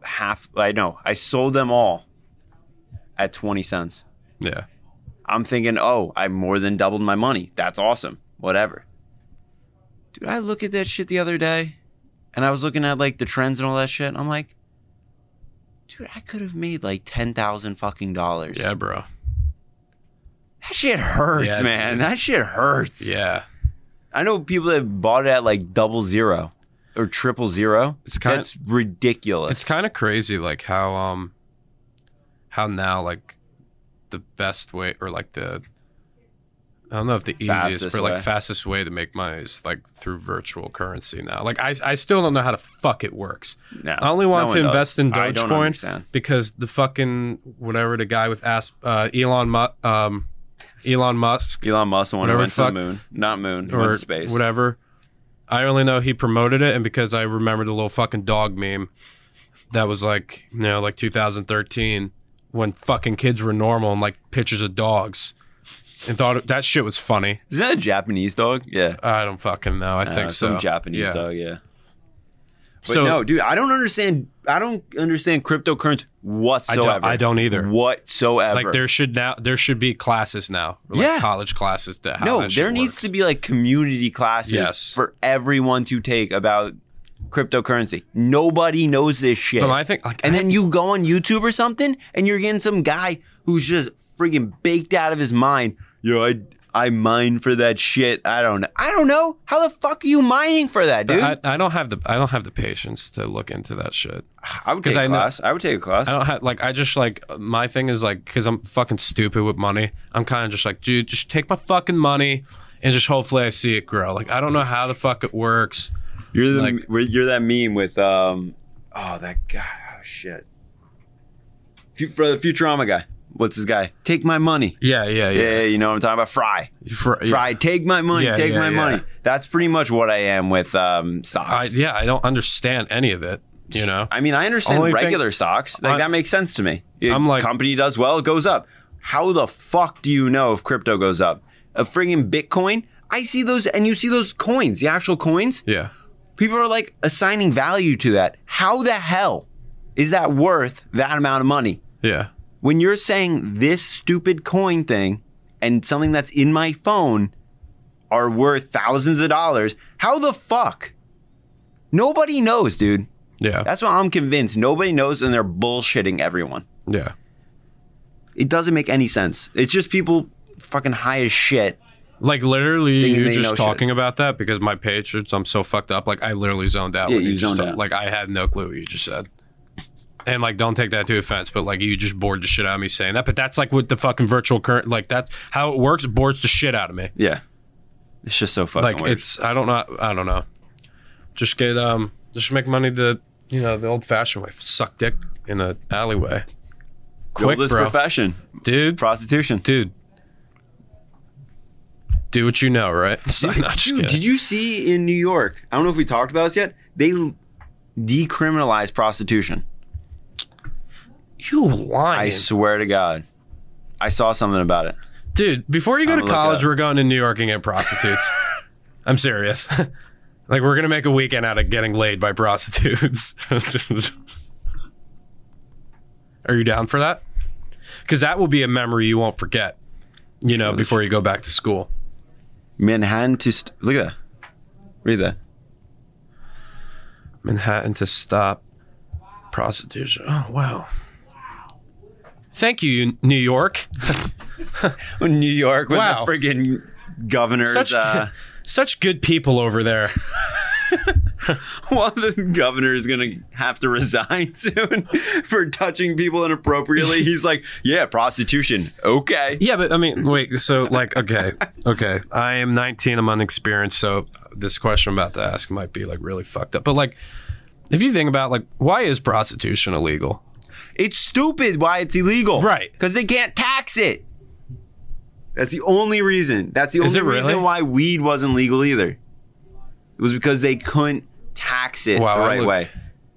S2: half. I know. I sold them all at 20 cents.
S1: Yeah.
S2: I'm thinking, oh, I more than doubled my money. That's awesome. Whatever. Dude, I look at that shit the other day and I was looking at like the trends and all that shit. And I'm like, dude, I could have made like 10,000 fucking dollars.
S1: Yeah, bro.
S2: That shit hurts,
S1: Yeah,
S2: man.
S1: dude.
S2: That shit hurts.
S1: Yeah.
S2: I know people that bought it at like double zero or triple zero.
S1: It's kind
S2: That's ridiculous.
S1: it's kind of crazy like how um how now like the best way or like the I don't know if the easiest
S2: Fastest
S1: but like
S2: way.
S1: fastest way to make money is like through virtual currency now. Like I I still don't know how the fuck it works.
S2: No,
S1: I only want
S2: no
S1: to
S2: one
S1: invest
S2: does.
S1: in
S2: I don't
S1: Dogecoin.
S2: understand.
S1: because the fucking whatever the guy with ass uh, Elon Mu-
S2: <laughs>
S1: um Elon Musk
S2: Elon Musk the one who
S1: Whatever
S2: went to
S1: fuck-
S2: the moon, not moon, he went
S1: or
S2: to space.
S1: whatever. I only know he promoted it, and because I remember the little fucking dog meme that was like, you know, like 2013 when fucking kids were normal and like pictures of dogs and thought that shit was funny.
S2: Is that a Japanese dog? Yeah,
S1: I don't fucking know. I
S2: Uh,
S1: think so.
S2: Some Japanese
S1: Yeah.
S2: dog. Yeah. But
S1: So
S2: no, dude, I don't understand. I don't understand
S1: I,
S2: cryptocurrency
S1: don't,
S2: whatsoever.
S1: I don't either.
S2: Whatsoever.
S1: Like there should now there should be classes now, like
S2: Yeah.
S1: college classes. That how
S2: no,
S1: that shit
S2: there needs
S1: works.
S2: to be like community classes
S1: Yes.
S2: for everyone to take about cryptocurrency. Nobody knows this shit.
S1: But I think like
S2: And then you go on YouTube or something, and you're getting some guy who's just friggin' baked out of his mind. Yo, I I mine for that shit. I don't know. I don't know. How the fuck are you mining for that, dude?
S1: I, I don't have the I don't have the patience to look into that shit. 'cause
S2: would
S1: take a I know- class.
S2: I would take a class.
S1: I don't have like I just like my thing is like because I'm fucking stupid with money. I'm kind of just like, dude, just take my fucking money and just hopefully I see it grow. Like I don't know how the fuck it works.
S2: You're the
S1: like-
S2: you're that meme with um oh that guy oh shit. Fu- For the Futurama guy, what's his guy? Take my money.
S1: Yeah, yeah,
S2: Yeah,
S1: yeah.
S2: you know what I'm talking about. Fry,
S1: For- yeah.
S2: Fry, take my money,
S1: Yeah,
S2: take
S1: yeah,
S2: my
S1: yeah.
S2: money. That's pretty much what I am with um
S1: I,
S2: stocks.
S1: yeah, I don't understand any of it. You know,
S2: I mean, I understand
S1: Only thing-
S2: regular stocks. Like
S1: I-
S2: that makes sense to me.
S1: I'm like-
S2: company does well, it goes up. How the fuck do you know if crypto goes up? A friggin' Bitcoin. I see those, and you see those coins, the actual coins.
S1: yeah.
S2: People are like assigning value to that. How the hell is that worth that amount of money?
S1: Yeah,
S2: When you're saying this stupid coin thing and something that's in my phone are worth thousands of dollars, how the fuck? Nobody knows, dude.
S1: yeah,
S2: That's what I'm convinced. Nobody knows, and they're bullshitting everyone.
S1: yeah.
S2: It doesn't make any sense. It's just people fucking high as shit.
S1: Like literally,
S2: Thinking
S1: you
S2: they
S1: just
S2: know shit.
S1: talking about that because my Patriots. I'm so fucked up. Like I literally zoned out.
S2: Yeah,
S1: when
S2: you
S1: just
S2: zoned
S1: talk-
S2: out.
S1: Like I had no clue what you just said. And like, don't take that to offense, but like, you just bored the shit out of me saying that. But that's like what the fucking virtual current, like that's how it works. Bores the shit out of me.
S2: Yeah, it's just so fucking
S1: Like it's, I don't know, I don't know. Just get um, just make money the you know the old fashioned way. Suck dick in the alleyway. Quick,
S2: this
S1: bro,
S2: profession,
S1: dude,
S2: prostitution.
S1: dude. Do what you know, right? <laughs> So, no, just
S2: Dude,
S1: kidding.
S2: did you see in New York? I don't know if we talked about this yet. They l- decriminalized prostitution.
S1: You lying.
S2: I swear to God, I saw something about it.
S1: Dude, before you go
S2: I'm
S1: to
S2: gonna look
S1: college,
S2: it up.
S1: we're going to New York and get
S2: <laughs>
S1: prostitutes. I'm serious. <laughs> like we're gonna make a weekend out of getting laid by prostitutes. <laughs> Are you down for that? Because that will be a memory you won't forget. You know, before you go back to school.
S2: Manhattan to st- look at that. Read that.
S1: Manhattan to stop prostitution. Oh wow. Thank you, New York.
S2: New York with
S1: Wow.
S2: the friggin' governor's.
S1: Such <laughs>
S2: uh, <laughs>
S1: such good people over there.
S2: Well, the governor is going to have to resign <laughs> soon for touching people inappropriately. He's like, yeah, prostitution. Okay.
S1: Yeah, but I mean, wait. So, like, okay, okay. I am 19. I'm unexperienced. So, this question I'm about to ask might be like really fucked up. But like, if you think about like, why is prostitution illegal?
S2: It's stupid why it's illegal.
S1: Right.
S2: Because they can't tax it. That's the only reason. That's the
S1: Is
S2: only
S1: it really?
S2: reason why weed wasn't legal either. It was because they couldn't tax it
S1: Wow,
S2: the
S1: I
S2: right
S1: looked-
S2: way.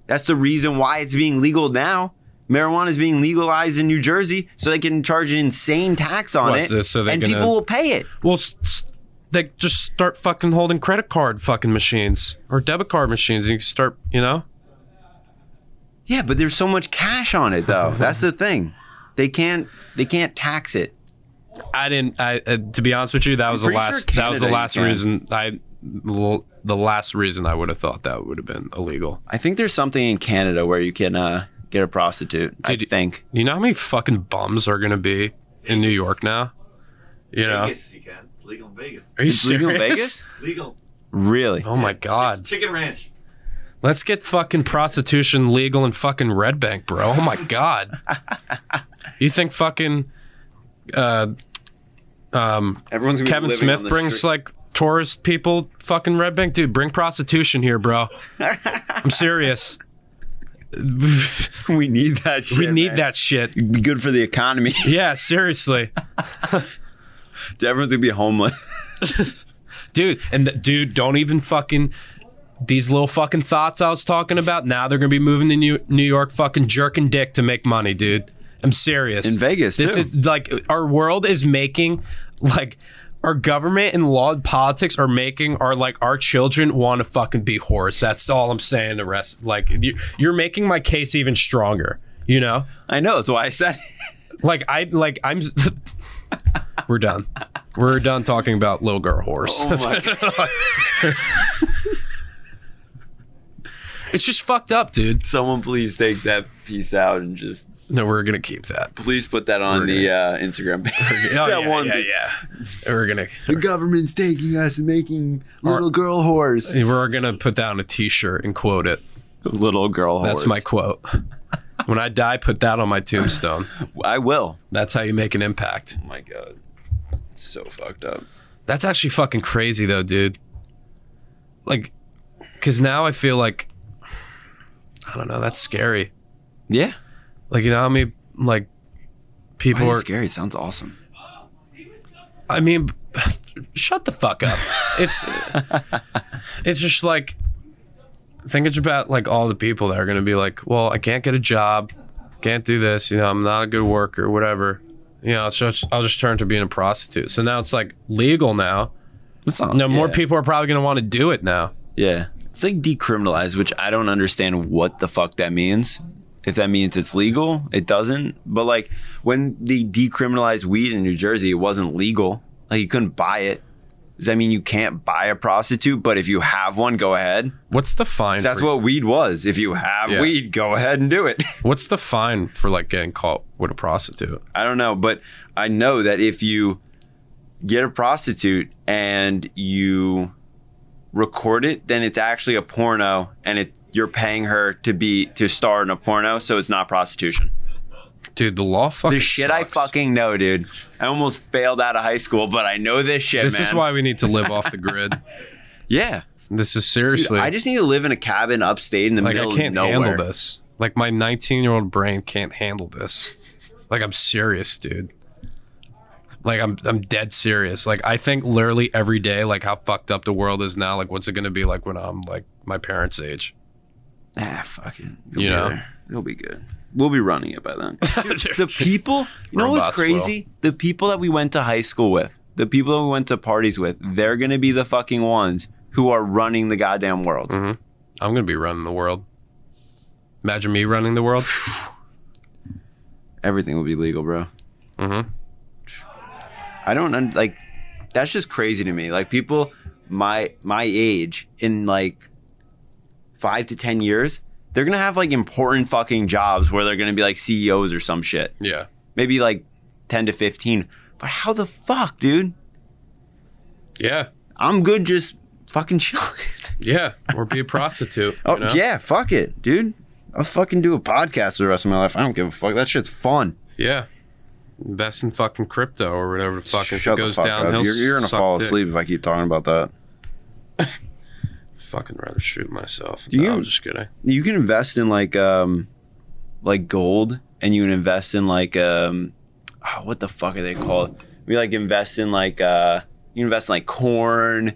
S2: That's the reason why it's being legal now. Marijuana is being legalized in New Jersey, so they can charge an insane tax on
S1: What's
S2: it,
S1: this? So they
S2: and
S1: can,
S2: people
S1: uh,
S2: will pay it.
S1: Well, s- s- they just start fucking holding credit card fucking machines or debit card machines, and you can start, you know.
S2: Yeah, but there's so much cash on
S1: <laughs>
S2: it though. That's the thing. They can't they can't tax it.
S1: I didn't. I uh, to be honest with you, that was the
S2: pretty sure
S1: last. that was the
S2: Canada
S1: last
S2: can.
S1: reason I. The last reason I would have thought that would have been illegal.
S2: I think there's something in Canada where you can uh, get a prostitute. I
S1: Dude,
S2: think.
S1: You know how many fucking bums are gonna be in New York now? You know?
S4: Vegas, you can. It's legal in Vegas.
S1: Are you
S2: It's legal in
S1: serious?
S2: Vegas?
S4: Legal.
S2: Really?
S1: Oh my god!
S4: Chicken Ranch. <laughs>
S1: Let's get fucking prostitution legal in fucking Red Bank, bro. Oh my
S2: <laughs>
S1: god! you think fucking uh, um,
S2: Everyone's gonna be
S1: Kevin
S2: living on
S1: Smith
S2: the
S1: brings
S2: street.
S1: like tourist people fucking Red Bank, dude? Bring prostitution here, bro.
S2: <laughs>
S1: I'm serious.
S2: we need that.
S1: <laughs>
S2: Shit,
S1: we need
S2: man.
S1: that shit.
S2: It'd Be good for the economy. <laughs>
S1: Yeah, seriously,
S2: Everyone's gonna be homeless. <laughs>
S1: dude. And th- dude, don't even fucking these little fucking thoughts I was talking about. Now they're gonna be moving to New, New York, fucking jerking dick to make money, dude. I'm serious.
S2: In Vegas,
S1: this
S2: too.
S1: is like our world is making like our government and law and politics are making our like our children want to fucking be whores. That's all I'm saying. The rest, like you, you're making my case even stronger. You know,
S2: I know. That's why I said. It.
S1: like I like I'm. s- <laughs> We're done. We're done talking about little girl whores.
S2: Oh
S1: <laughs> it's just fucked up, dude.
S2: <laughs> Someone please take that piece out and just
S1: No, we're gonna keep that.
S2: please put that on
S1: We're
S2: the uh, Instagram page.
S1: <laughs> Oh,
S2: That
S1: yeah,
S2: one
S1: yeah,
S2: piece.
S1: yeah. We're gonna
S3: The government's taking us and making little girl whores.
S1: we're gonna put down a T-shirt and quote it.
S2: Little girl.
S1: That's
S2: whores.
S1: my quote. When I die, put that on my tombstone.
S2: I will.
S1: That's how you make an impact.
S2: Oh my god. It's so fucked up.
S1: That's actually fucking crazy though, dude. Like, cause now I feel like, I don't know. That's scary.
S2: Yeah.
S1: Like you know how many like people
S2: Why is
S1: are.
S2: it scary? It sounds awesome.
S1: I mean, <laughs> shut the fuck up.
S2: <laughs>
S1: It's it's just like think it's about like all the people that are gonna be like, well, I can't get a job, can't do this. You know, I'm not a good worker, whatever. You know, so it's, I'll just turn to being a prostitute. So now it's like legal now.
S2: It's not,
S1: No, more
S2: yeah.
S1: people are probably gonna want to do it now.
S2: Yeah. It's like decriminalized, which I don't understand what the fuck that means. If that means it's legal, it doesn't. But like when they decriminalized weed in New Jersey, it wasn't legal. Like you couldn't buy it. Does that mean you can't buy a prostitute? But if you have one, go ahead.
S1: What's the fine?
S2: 'Cause That's
S1: for,
S2: what weed was. If you have
S1: Yeah.
S2: weed, go ahead and do it.
S1: What's the fine for like getting caught with a prostitute?
S2: I don't know, but I know that if you get a prostitute and you record it, then it's actually a porno, and it you're paying her to be to star in a porno, so it's not prostitution.
S1: Dude, the law fucking.
S2: The shit I
S1: sucks.
S2: fucking know, dude. I almost failed out of high school, but I know this shit,
S1: This
S2: man.
S1: is why we need to live
S2: <laughs>
S1: off the grid.
S2: yeah.
S1: This is
S2: Dude,
S1: seriously.
S2: I just need to live in a cabin upstate in the
S1: like I
S2: middle
S1: can't
S2: of nowhere.
S1: handle this. Like my 19 year old brain can't handle this. Like I'm serious, dude. Like I'm I'm dead serious. Like I think literally every day like how fucked up the world is now. Like what's it gonna be like when I'm like my parents'
S3: <laughs>
S1: age?
S2: Ah, fucking.
S1: You know?
S2: It'll be good. We'll be running it by then.
S1: <laughs>
S2: <laughs> the
S1: the
S2: people you know what's
S1: Robots will.
S2: crazy the people that we went to high school with the people that we went to parties with they're gonna be the fucking ones who are running the goddamn world
S1: Mm. I'm gonna be running the world. Imagine me running the
S3: <sighs>
S1: world.
S2: everything will be legal bro
S1: Mhm.
S2: i don't un- like that's just crazy to me like people my my age in like five to ten years they're gonna have like important fucking jobs where they're gonna be like ceos or some shit
S1: Yeah.
S2: maybe like 10 to 15 but how the fuck dude
S1: Yeah.
S2: i'm good just fucking
S3: <laughs>
S2: chilling
S1: Yeah. Or be a prostitute.
S3: Oh,
S1: you know?
S3: yeah, fuck it, dude. I'll fucking do a podcast the rest of my life. I don't give a fuck. That shit's fun.
S1: Yeah. Invest in fucking crypto or whatever the fucking
S3: Shut the
S1: goes
S3: fuck
S1: downhill.
S3: up. You're, you're gonna
S1: suck
S3: fall
S1: dick.
S3: asleep if I keep talking about that.
S1: Fucking rather shoot myself.
S2: Do you-
S1: No, I'm just kidding.
S2: you can invest in like um like gold and you can invest in like um oh, what the fuck are they called we like invest in like uh you invest in like corn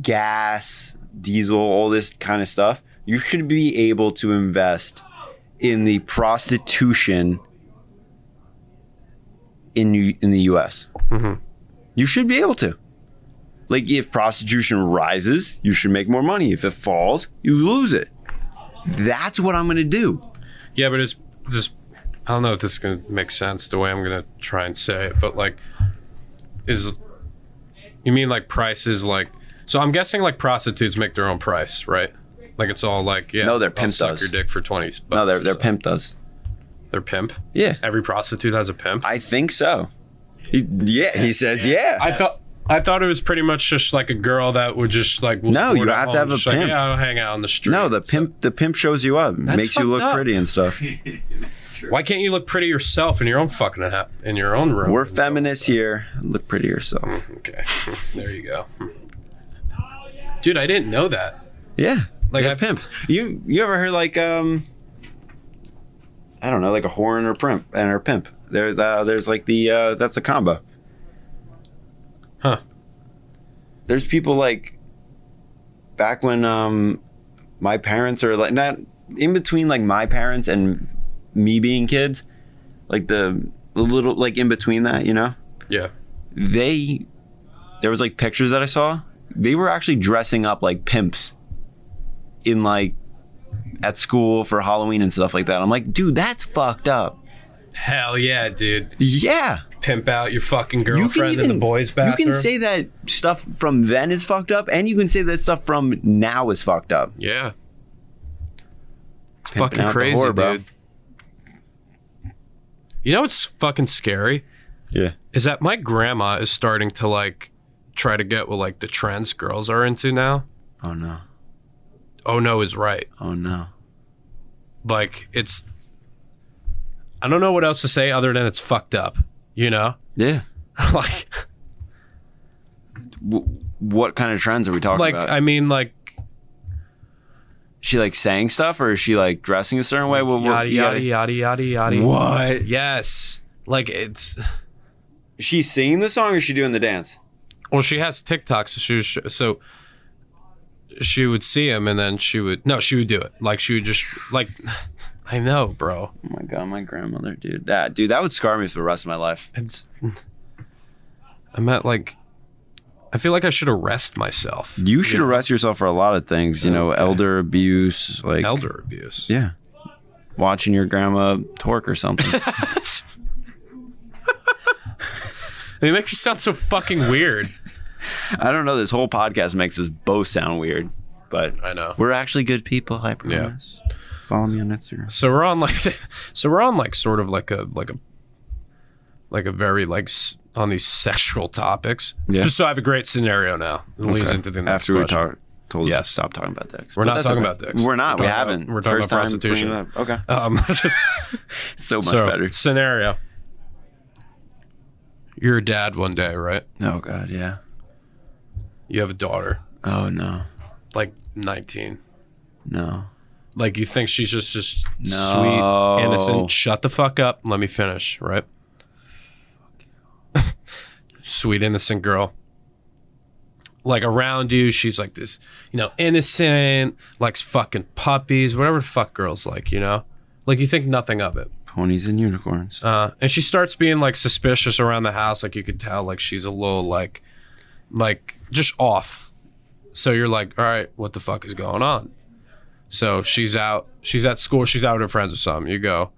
S2: gas diesel all this kind of stuff you should be able to invest in the prostitution in U- in the US
S1: Mhm.
S2: you should be able to like if prostitution rises you should make more money if it falls you lose it that's what I'm gonna do.
S1: Yeah, but it's this. I don't know if this is gonna make sense the way I'm gonna try and say it, but like, is you mean like prices like? So I'm guessing like prostitutes make their own price, right? Like it's all like yeah.
S2: No, their
S1: I'll
S2: pimp
S1: suck
S2: does.
S1: your dick for twenty. Bucks
S2: No,
S1: or
S2: their their
S1: something.
S2: pimp does.
S1: Their pimp.
S2: Yeah,
S1: Every prostitute has a pimp.
S2: I think so. He, yeah, he says yeah.
S1: I thought. I thought it was pretty much just like a girl that would just like
S2: No,
S1: board
S2: you don't
S1: at
S2: have to
S1: home,
S2: have a
S1: just like,
S2: pimp.
S1: yeah, I'll hang out on the street.
S2: no, the
S1: So-
S2: pimp the pimp shows you up, makes you
S1: fucked
S2: look
S1: up.
S2: pretty and stuff.
S1: Why can't you look pretty yourself in your own fucking ha- in your own room?
S2: We're feminists here. Look pretty yourself.
S1: Okay, there you go. Dude, I didn't know that.
S2: Yeah,
S1: Like,
S2: like yeah,
S1: I've-
S2: pimp. You you ever heard like um, I don't know, like a whore and her pimp and her pimp. There's uh, there's like the uh, that's a combo.
S1: Huh.
S2: There's people like back when um my parents are like not in between like my parents and me being kids, like the the little like in between that you know
S1: Yeah.
S2: they there was like pictures that I saw. They were actually dressing up like pimps in like at school for Halloween and stuff like that. I'm like, dude, that's fucked up.
S1: Hell yeah, dude.
S2: Yeah.
S1: Pimp out your fucking girlfriend in the boys' bathroom.
S2: You can say that stuff from then is fucked up, and you can say that stuff from now is fucked up.
S1: yeah. It's
S2: Pimping out
S1: fucking
S2: the
S1: crazy,
S2: whore, bro.
S1: dude. You know what's fucking scary?
S2: Yeah.
S1: Is that my grandma is starting to like try to get what like the trends girls are into now.
S2: Oh no.
S1: Oh no is right.
S2: Oh no.
S1: Like it's I don't know what else to say other than it's fucked up, you know? <laughs>
S2: Yeah.
S1: like
S2: W- what kind of trends are we talking
S1: like
S2: about?
S1: I mean like
S2: is she like saying stuff, or is she like dressing a certain way? What, what-
S1: yada
S2: you gotta-
S1: yada yada yada yada.
S2: What?
S1: Yes. Like it's
S2: Is she singing the song, or is she doing the dance?
S1: well, she has TikTok, so she was, so she would see him, and then she would no, she would do it. Like she would just like <sighs> I know, bro.
S2: Oh my god, my grandmother, dude. That dude, that would scar me for the rest of my life.
S1: It's <sighs> I'm at like I feel like I should arrest myself.
S3: You should
S1: Yeah.
S3: arrest yourself for a lot of things, you know, elder abuse, like
S1: Elder abuse.
S3: yeah,
S2: Watching your grandma twerk or something.
S1: They make you sound so fucking weird.
S2: I don't know. This whole podcast makes us both sound weird, but
S1: I know.
S2: we're actually good people. I
S1: Yeah.
S2: promise.
S3: follow me on Instagram.
S1: so we're on like <laughs> so we're on like sort of like a like a like a very like s- on these sexual topics
S2: Yeah.
S1: just so i have a great scenario now it leads into the next
S3: After we
S1: question.
S3: talk, told
S1: Yes.
S3: us to stop talking about dicks.
S1: We're
S2: But
S1: not
S2: that's
S1: talking about dicks.
S2: We're not.
S1: We're
S2: we
S1: talking
S2: haven't.
S1: about- we're talking about
S2: time bringing
S1: prostitution.
S2: it up. Okay.
S1: um <laughs>
S2: So much
S1: so
S2: better.
S1: scenario you're a dad one day right
S2: Oh god, yeah.
S1: you have a daughter
S2: Oh no,
S1: like 19
S2: no.
S1: like you think she's just just
S2: No.
S1: sweet innocent shut the fuck up let me finish right <laughs> sweet innocent girl like around you she's like this you know innocent likes fucking puppies whatever the fuck girls like you know like you think nothing of it
S3: Ponies and unicorns.
S1: uh, and she starts being like suspicious around the house. Like you could tell, like she's a little like, like just off. So you're like, all right, what the fuck is going on? So she's out. She's at school. She's out with her friends or something. You go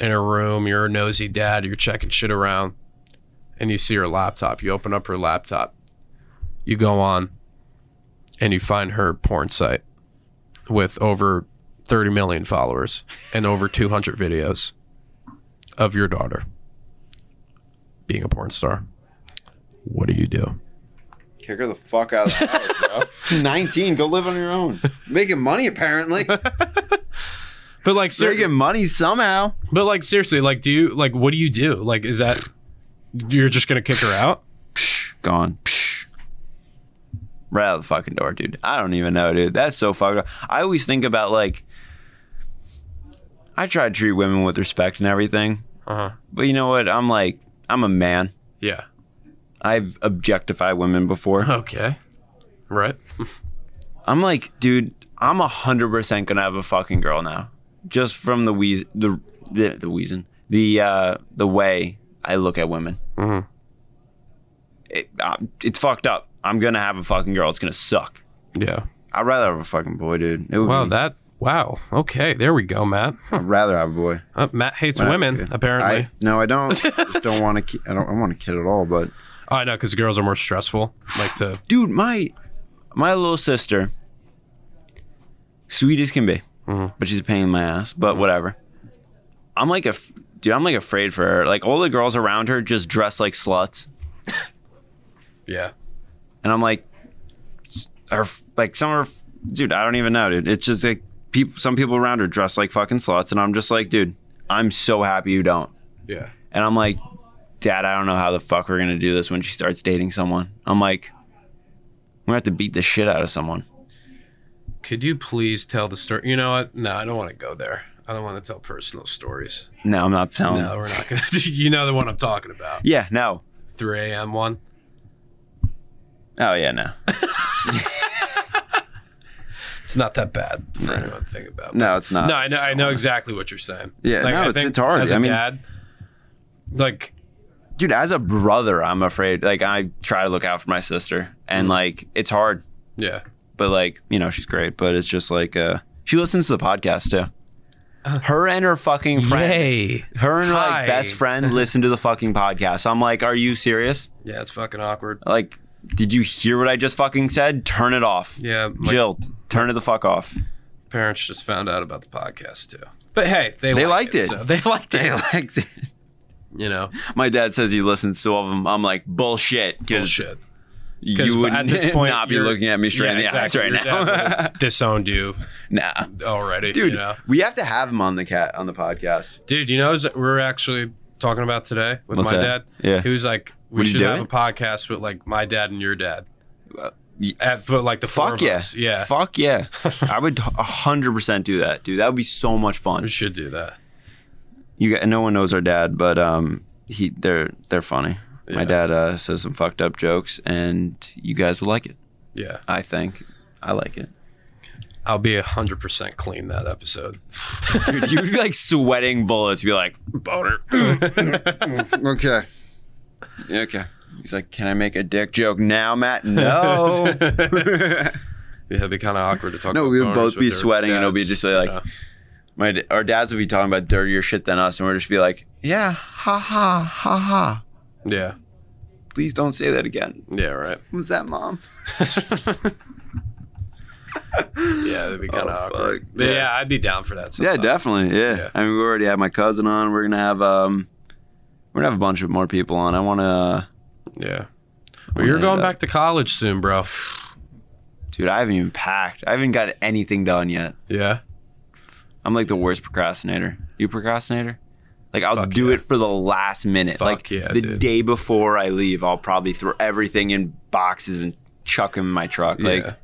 S1: in her room. You're a nosy dad. You're checking shit around, and you see her laptop. You open up her laptop. You go on, and you find her porn site with over 30 million followers and over 200 videos of your daughter being a porn star, what do you do?
S3: <laughs> Kick her the fuck out of the house, bro. Nineteen, go live on your own. Making money apparently.
S1: But like,
S2: They're
S1: ser-
S2: getting money somehow.
S1: but like, seriously, like, do you like what do you do? Like, is that you're just gonna kick her out?
S2: gone. Right out of the fucking door, dude. I don't even know, dude. That's so fucked up. I always think about like I try to treat women with respect and everything.
S1: Uh huh.
S2: But you know what? I'm like I'm a man.
S1: Yeah.
S2: I've objectified women before.
S1: Okay. Right.
S2: I'm like, dude, I'm hundred percent gonna have a fucking girl now. Just from the wheeze the the, the wheezing. The uh the way I look at women.
S1: Mhm.
S2: It, uh, it's fucked up. I'm gonna have a fucking girl. It's gonna suck.
S1: Yeah.
S3: I'd rather have a fucking boy, dude. It would
S1: Wow.
S3: be-
S1: That Wow. Okay. There we go, Matt.
S2: I'd rather have a boy.
S1: Uh, Matt hates
S2: Matt,
S1: women,
S2: yeah.
S1: apparently.
S2: I no, I don't. just don't want a kid. I don't. I want a kid at all. But
S1: I know because girls are more stressful. Like to
S2: dude, my my little sister, sweet as can be,
S1: Mhm.
S2: but she's a pain in my ass. But whatever. I'm like a f- dude. I'm like afraid for her. Like all the girls around her just dress like sluts,
S1: yeah.
S2: and I'm like, her f- like some of her, f- dude. I don't even know, dude. It's just like people. Some people around her dress like fucking sluts, and I'm just like, dude. I'm so happy you don't.
S1: Yeah.
S2: And I'm like, Dad, I don't know how the fuck we're gonna do this when she starts dating someone. I'm like, we're gonna have to beat the shit out of someone.
S1: Could you please tell the story? You know what? No, I don't want to go there. I don't want to tell personal stories.
S2: No, I'm not telling.
S1: No, we're not gonna. <laughs> you know the one I'm talking about.
S2: Yeah, no.
S1: 3 a.m. one.
S2: Oh yeah, no.
S1: It's not that bad for anyone to think about.
S2: <laughs> No, it's not.
S1: No, I know. I know exactly what you're saying.
S2: Yeah, no,
S1: I
S2: it's-
S1: think
S2: it's hard.
S1: As a
S2: I mean-
S1: dad, like
S2: Dude, as a brother, I'm afraid. Like I try to look out for my sister. And like it's hard.
S1: yeah.
S2: But like, you know, she's great. But it's just like uh she listens to the podcast too. Her and her fucking friend
S1: Uh-huh. Yay.
S2: her and her
S1: Hi.
S2: like
S1: <laughs>
S2: best friend listen to the fucking podcast. I'm like, are you serious?
S1: Yeah, it's fucking awkward.
S2: Like, did you hear what I just fucking said? Turn it off.
S1: Yeah, my
S2: Jill, turn it the fuck off.
S1: parents just found out about the podcast too. But hey, they
S2: They
S1: like
S2: liked it.
S1: so <laughs> they liked it.
S2: liked it.
S1: You know,
S2: <laughs> My dad says he listens to all of them. I'm like, bullshit. Because
S1: bullshit. 'Cause
S2: you would
S1: at
S2: <laughs>
S1: this point,
S2: not be
S1: you're-
S2: looking at me straight in the eyes
S1: your dad
S2: right now.
S1: would've disowned you
S2: <laughs> nah.
S1: already,
S2: Dude,
S1: You know?
S3: We have to have him on the cat on the podcast.
S1: Dude, you know is that we're actually talking about today with
S2: What's
S1: my
S2: that?
S1: dad.
S2: Yeah.
S1: he was
S2: <laughs>
S1: like, we
S2: Would you
S1: should
S2: do
S1: have
S2: it?
S1: a podcast with like my dad and your dad.
S2: y-
S1: At, but like the four
S2: Fuck
S1: of
S2: yeah.
S1: us. yeah,
S2: Fuck <laughs> yeah. I would 100% do that, dude. That would be so much
S1: we
S2: fun.
S1: should do that.
S2: You got, No one knows our dad, but um, he they're they're funny.
S1: Yeah.
S2: My dad uh, says some fucked up jokes, and you guys will like it.
S1: Yeah,
S2: I think. I like <laughs> it.
S1: I'll be hundred percent clean that episode.
S2: Dude, you'd be like sweating bullets. Be like, <laughs> boner. <laughs>
S3: Okay.
S2: okay. He's like, can I make a dick joke now, <laughs> Matt? No.
S1: <laughs> Yeah, it'd be kind of awkward to talk.
S2: No,
S1: about
S2: we would
S1: boners
S2: both
S1: with
S2: be
S1: their
S2: sweating and it'll be
S1: dads,
S2: just like-
S1: you know?
S2: My d- our dads would be talking about dirtier shit than us, and we'd just be like, yeah, ha ha ha ha.
S1: yeah,
S2: Please don't say that again.
S1: yeah,
S2: <laughs>
S1: right.
S2: Was that mom?
S1: Yeah, that'd be kind of
S2: Oh,
S1: awkward.
S2: fuck.
S1: But yeah.
S2: Yeah.
S1: I'd be down for that.
S2: Yeah,
S1: Sometime.
S2: definitely. Yeah.
S1: Yeah.
S2: I mean, we already have my cousin on. We're gonna have um, we're gonna have a bunch of more people on. I want to,
S1: Yeah. Well, you're
S2: Yeah,
S1: going
S2: that-
S1: back to college soon, bro.
S2: dude. I haven't even packed. I haven't got anything done yet.
S1: Yeah.
S2: I'm like the worst procrastinator. You procrastinator? Like I'll
S1: Fuck
S2: do
S1: yeah.
S2: it for the last minute.
S1: Fuck
S2: like
S1: yeah,
S2: the
S1: dude.
S2: day before I leave, I'll probably throw everything in boxes and chuck them in my truck. Like
S1: yeah.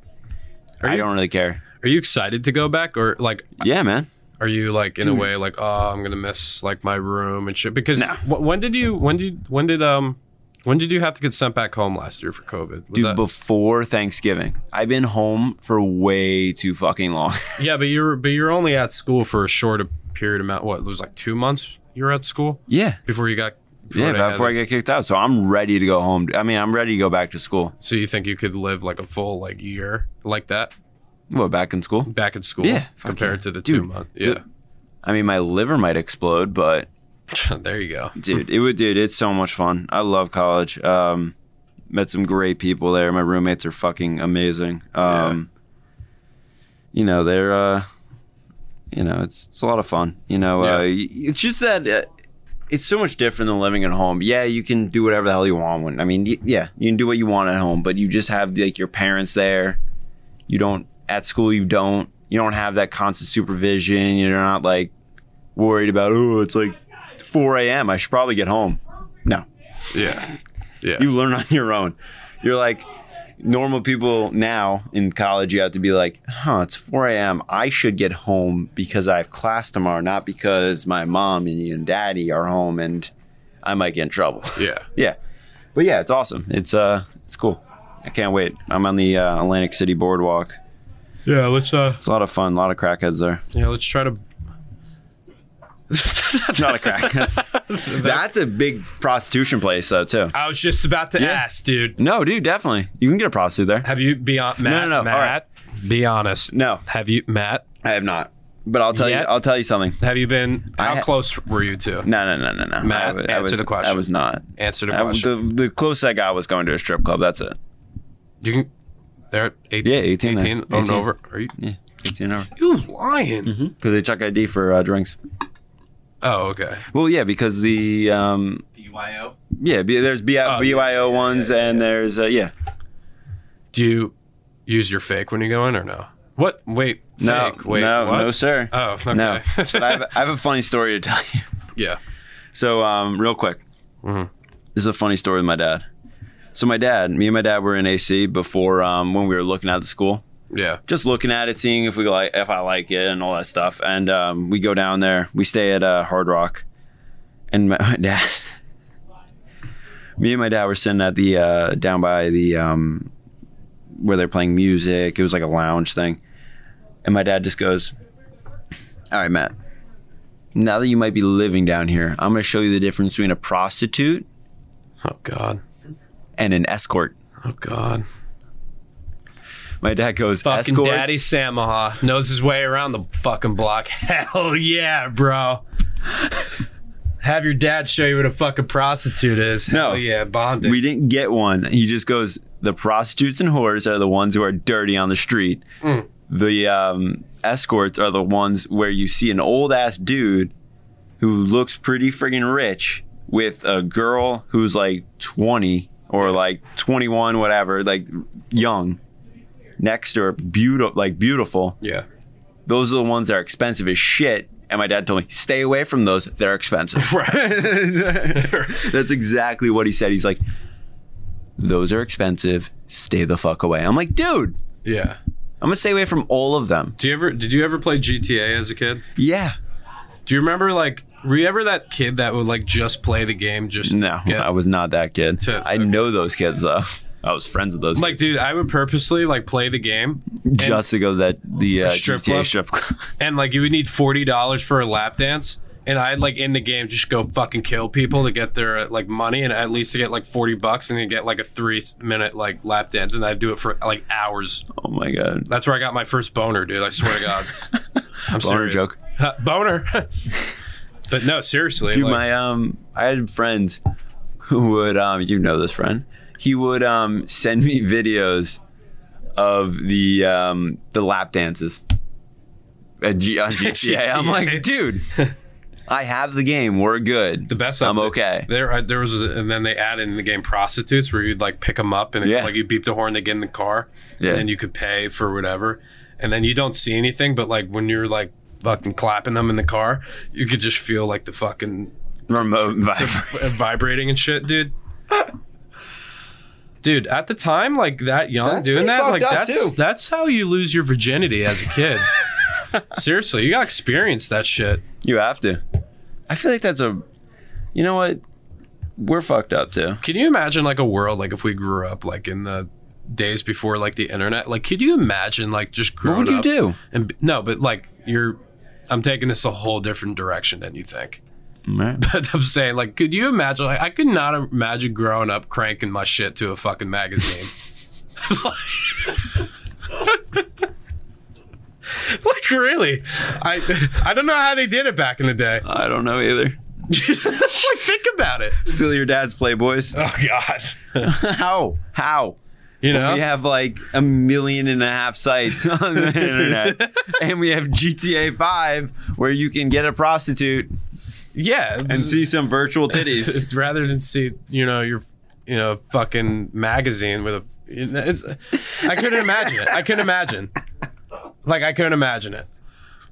S1: Are
S2: I
S1: you-
S2: don't really care.
S1: Are you excited to go back, or like,
S2: Yeah, man.
S1: are you like in a way like, oh, I'm gonna miss like my room and shit? Because
S2: No.
S1: wh- when did you when did when did um when did you have to get sent back home last year for COVID? Was
S2: Dude,
S1: that-
S2: before Thanksgiving, I've been home for way too fucking long. <laughs>
S1: yeah, but you're but you're only at school for a short period amount. What it was like two months you were at school
S2: yeah.
S1: before you got
S2: Yeah,
S1: they
S2: about
S1: had
S2: before I
S1: it.
S2: get kicked out. So I'm ready to go home. I mean, I'm ready to go back to school.
S1: So you think you could live like a full like year like that
S2: What, back in school?
S1: back at school?
S2: Yeah, fuck
S1: compared
S2: yeah.
S1: to the
S2: Dude,
S1: two month. Yeah, <laughs>
S2: I mean, my liver might explode, but
S1: there you go.
S2: <laughs> dude it would dude it's so much fun i love college um met some great people there my roommates are fucking amazing um you know they're uh you know it's, it's a lot of fun you know
S1: Yeah.
S2: uh, y- it's just that uh, it's so much different than living at home yeah you can do whatever the hell you want when i mean y- yeah you can do what you want at home but you just have like your parents there you don't at school you don't you don't have that constant supervision you're not like worried about oh it's like 4 a.m. I should probably get home. No,
S1: Yeah, yeah.
S2: you learn on your own. You're like normal people now in college. You have to be like, huh, it's 4 a.m. I should get home because I have class tomorrow, not because my mom and you and daddy are home and I might get in trouble. <laughs>
S1: yeah.
S2: yeah, but yeah, it's awesome. It's uh, it's cool. I can't wait. I'm on the uh, Atlantic City Boardwalk.
S1: Yeah, let's uh
S2: It's a lot of fun. A lot of crackheads there. <laughs>
S1: Yeah, let's try to
S2: It's not a crackhead. That's a big prostitution place though too.
S1: I was just about to
S2: Yeah.
S1: ask, dude.
S2: No, dude, definitely. You can get a prostitute there.
S1: Have you be on Matt?
S2: no, no, all
S1: Matt, be honest.
S2: No.
S1: Have you Matt?
S3: I
S2: have not, but I'll tell you.
S1: Yet?
S2: I'll tell you something.
S1: Have you been? How
S2: I ha-
S1: close were you to?
S2: No, no, no, no, no.
S1: Matt,
S2: I wa- I
S1: answer
S2: was-
S1: the question.
S2: I was not.
S1: Answer the
S2: I,
S1: question.
S2: the the closest I got was going to a strip club. That's it.
S1: you can. They're at eight,
S2: Yeah, 18, man.
S1: 18,
S2: Mm-hmm.
S1: oh, and
S2: 18.
S1: over. Are you?
S2: Yeah, eighteen hour.
S1: You lying?
S2: Because they check ID for uh, drinks.
S1: Oh, okay.
S2: Well, yeah, because the um,
S4: BYO.
S2: yeah, B- there's B-
S1: Oh,
S2: BYO ones and there's uh, yeah.
S1: Do you use your fake when you go in or no? What? Wait.
S2: No,
S1: Fake. Wait.
S2: no,
S1: what?
S2: no, sir.
S1: Oh, okay. <laughs>
S2: No, but I have, I have a funny story to tell you.
S1: yeah. Mm-hmm.
S2: So, um, real quick, this is a funny story with my dad. So, my dad, me and my dad were in AC before um, when we were looking at the school,
S1: Yeah.
S2: just looking at it, seeing if we like, if I like it, and all that stuff. And um, we go down there. We stay at uh, Hard Rock, and my, <laughs> my dad, me and my dad were sitting at the uh, down by the um, where they're playing music. It was like a lounge thing, and my dad just goes, "All right, Matt." now that you might be living down here, I'm going to show you the difference between a prostitute
S1: Oh God.
S2: and an escort.
S1: Oh God.
S2: My dad goes,
S1: Fucking
S2: escort.
S1: Daddy Samaha knows his way around the fucking block. <laughs> Hell yeah, bro. Have your dad show you what a fucking prostitute is.
S2: No.
S1: Hell yeah, bonding.
S2: We didn't get one. He just goes, the prostitutes and whores are the ones who are dirty on the street. The um, escorts are the ones where you see an old ass dude who looks pretty friggin' rich with a girl who's like 20 or like 21, whatever, like young, next to her, beautiful, like beautiful.
S1: yeah.
S2: those are the ones that are expensive as shit. And my dad told me, stay away from those. They're expensive. <laughs> That's exactly what he said. He's like, those are expensive. Stay the fuck away. I'm like, dude,
S1: Yeah.
S2: I'm going to stay away from all of them.
S1: Do you ever did you ever play GTA as a kid?
S2: Yeah.
S1: Do you remember like were you ever that kid that would like just play the game just to
S2: No,
S1: get-
S2: I was not that kid.
S1: To-
S2: I
S1: okay.
S2: know those kids, though. I was friends with those
S1: like dude, I would purposely like play the game
S2: kids just to go to that the uh,
S1: Strip
S2: GTA
S1: club?
S2: strip club. <laughs>
S1: and like you would need forty dollars for a lap dance. And I'd like in the game just go fucking kill people to get their uh, like money and at least to get like forty bucks and then get like a three minute like lap dance and I'd do it for like hours.
S2: oh my god,
S1: That's where I got my first boner, dude. I swear to
S2: <laughs>
S1: God. I'm
S2: Boner
S1: serious.
S2: joke.
S1: Huh, <laughs> boner. but no, seriously.
S2: Dude,
S1: like-
S2: my um, I had friends who would um, you know this friend. He would um send me <laughs> videos of the um the lap dances. At
S1: <laughs>
S2: G- on GTA. I'm
S1: GTA.
S2: like, dude, I have the game. We're good.
S1: the best.
S2: I'm
S1: update-
S2: okay.
S1: There, I, there was, a, and then they added in the game prostitutes where you'd like pick them up and it-
S2: Yeah.
S1: like you beep the horn, they get in the car,
S2: Yeah.
S1: and then you could pay for whatever, and then you don't see anything, but like when you're like fucking clapping them in the car, you could just feel like the fucking <laughs>
S2: Remote vibe.
S1: vibrating and shit, dude. Dude, at the time, like that young
S3: That's
S1: doing
S3: pretty
S1: that,
S3: fucked
S1: like
S3: up,
S1: that's
S3: too.
S1: that's how you lose your virginity as a
S3: <laughs>
S1: kid. Seriously, you gotta experience that shit.
S2: You have to. I feel like that's a. You know what? We're fucked up too.
S1: Can you imagine like a world like if we grew up like in the days before like the internet? Like, could you imagine like just
S2: What
S1: growing
S2: would you
S1: up
S2: do?
S1: And be- no, but like you're, I'm taking this a whole different direction than you think. <laughs>
S2: Right.
S1: But I'm saying like, could you imagine? Like, I could not imagine growing up cranking my shit to a fucking <laughs> magazine. like, like, really? I I don't know how they did it back in the <laughs> day.
S2: I don't know either.
S1: like think about it.
S2: Steal your
S1: <laughs>
S2: dad's Playboys.
S1: Oh God.
S2: How? How?
S1: You know.
S2: We have like a million and a half sites <laughs> on the internet. and we have GTA 5 where you can get a prostitute
S1: Yeah.
S2: and see some virtual <laughs> titties.
S1: It's rather than see you know your you know fucking magazine with a you know, it's I couldn't imagine it. I couldn't imagine. Like I couldn't imagine it.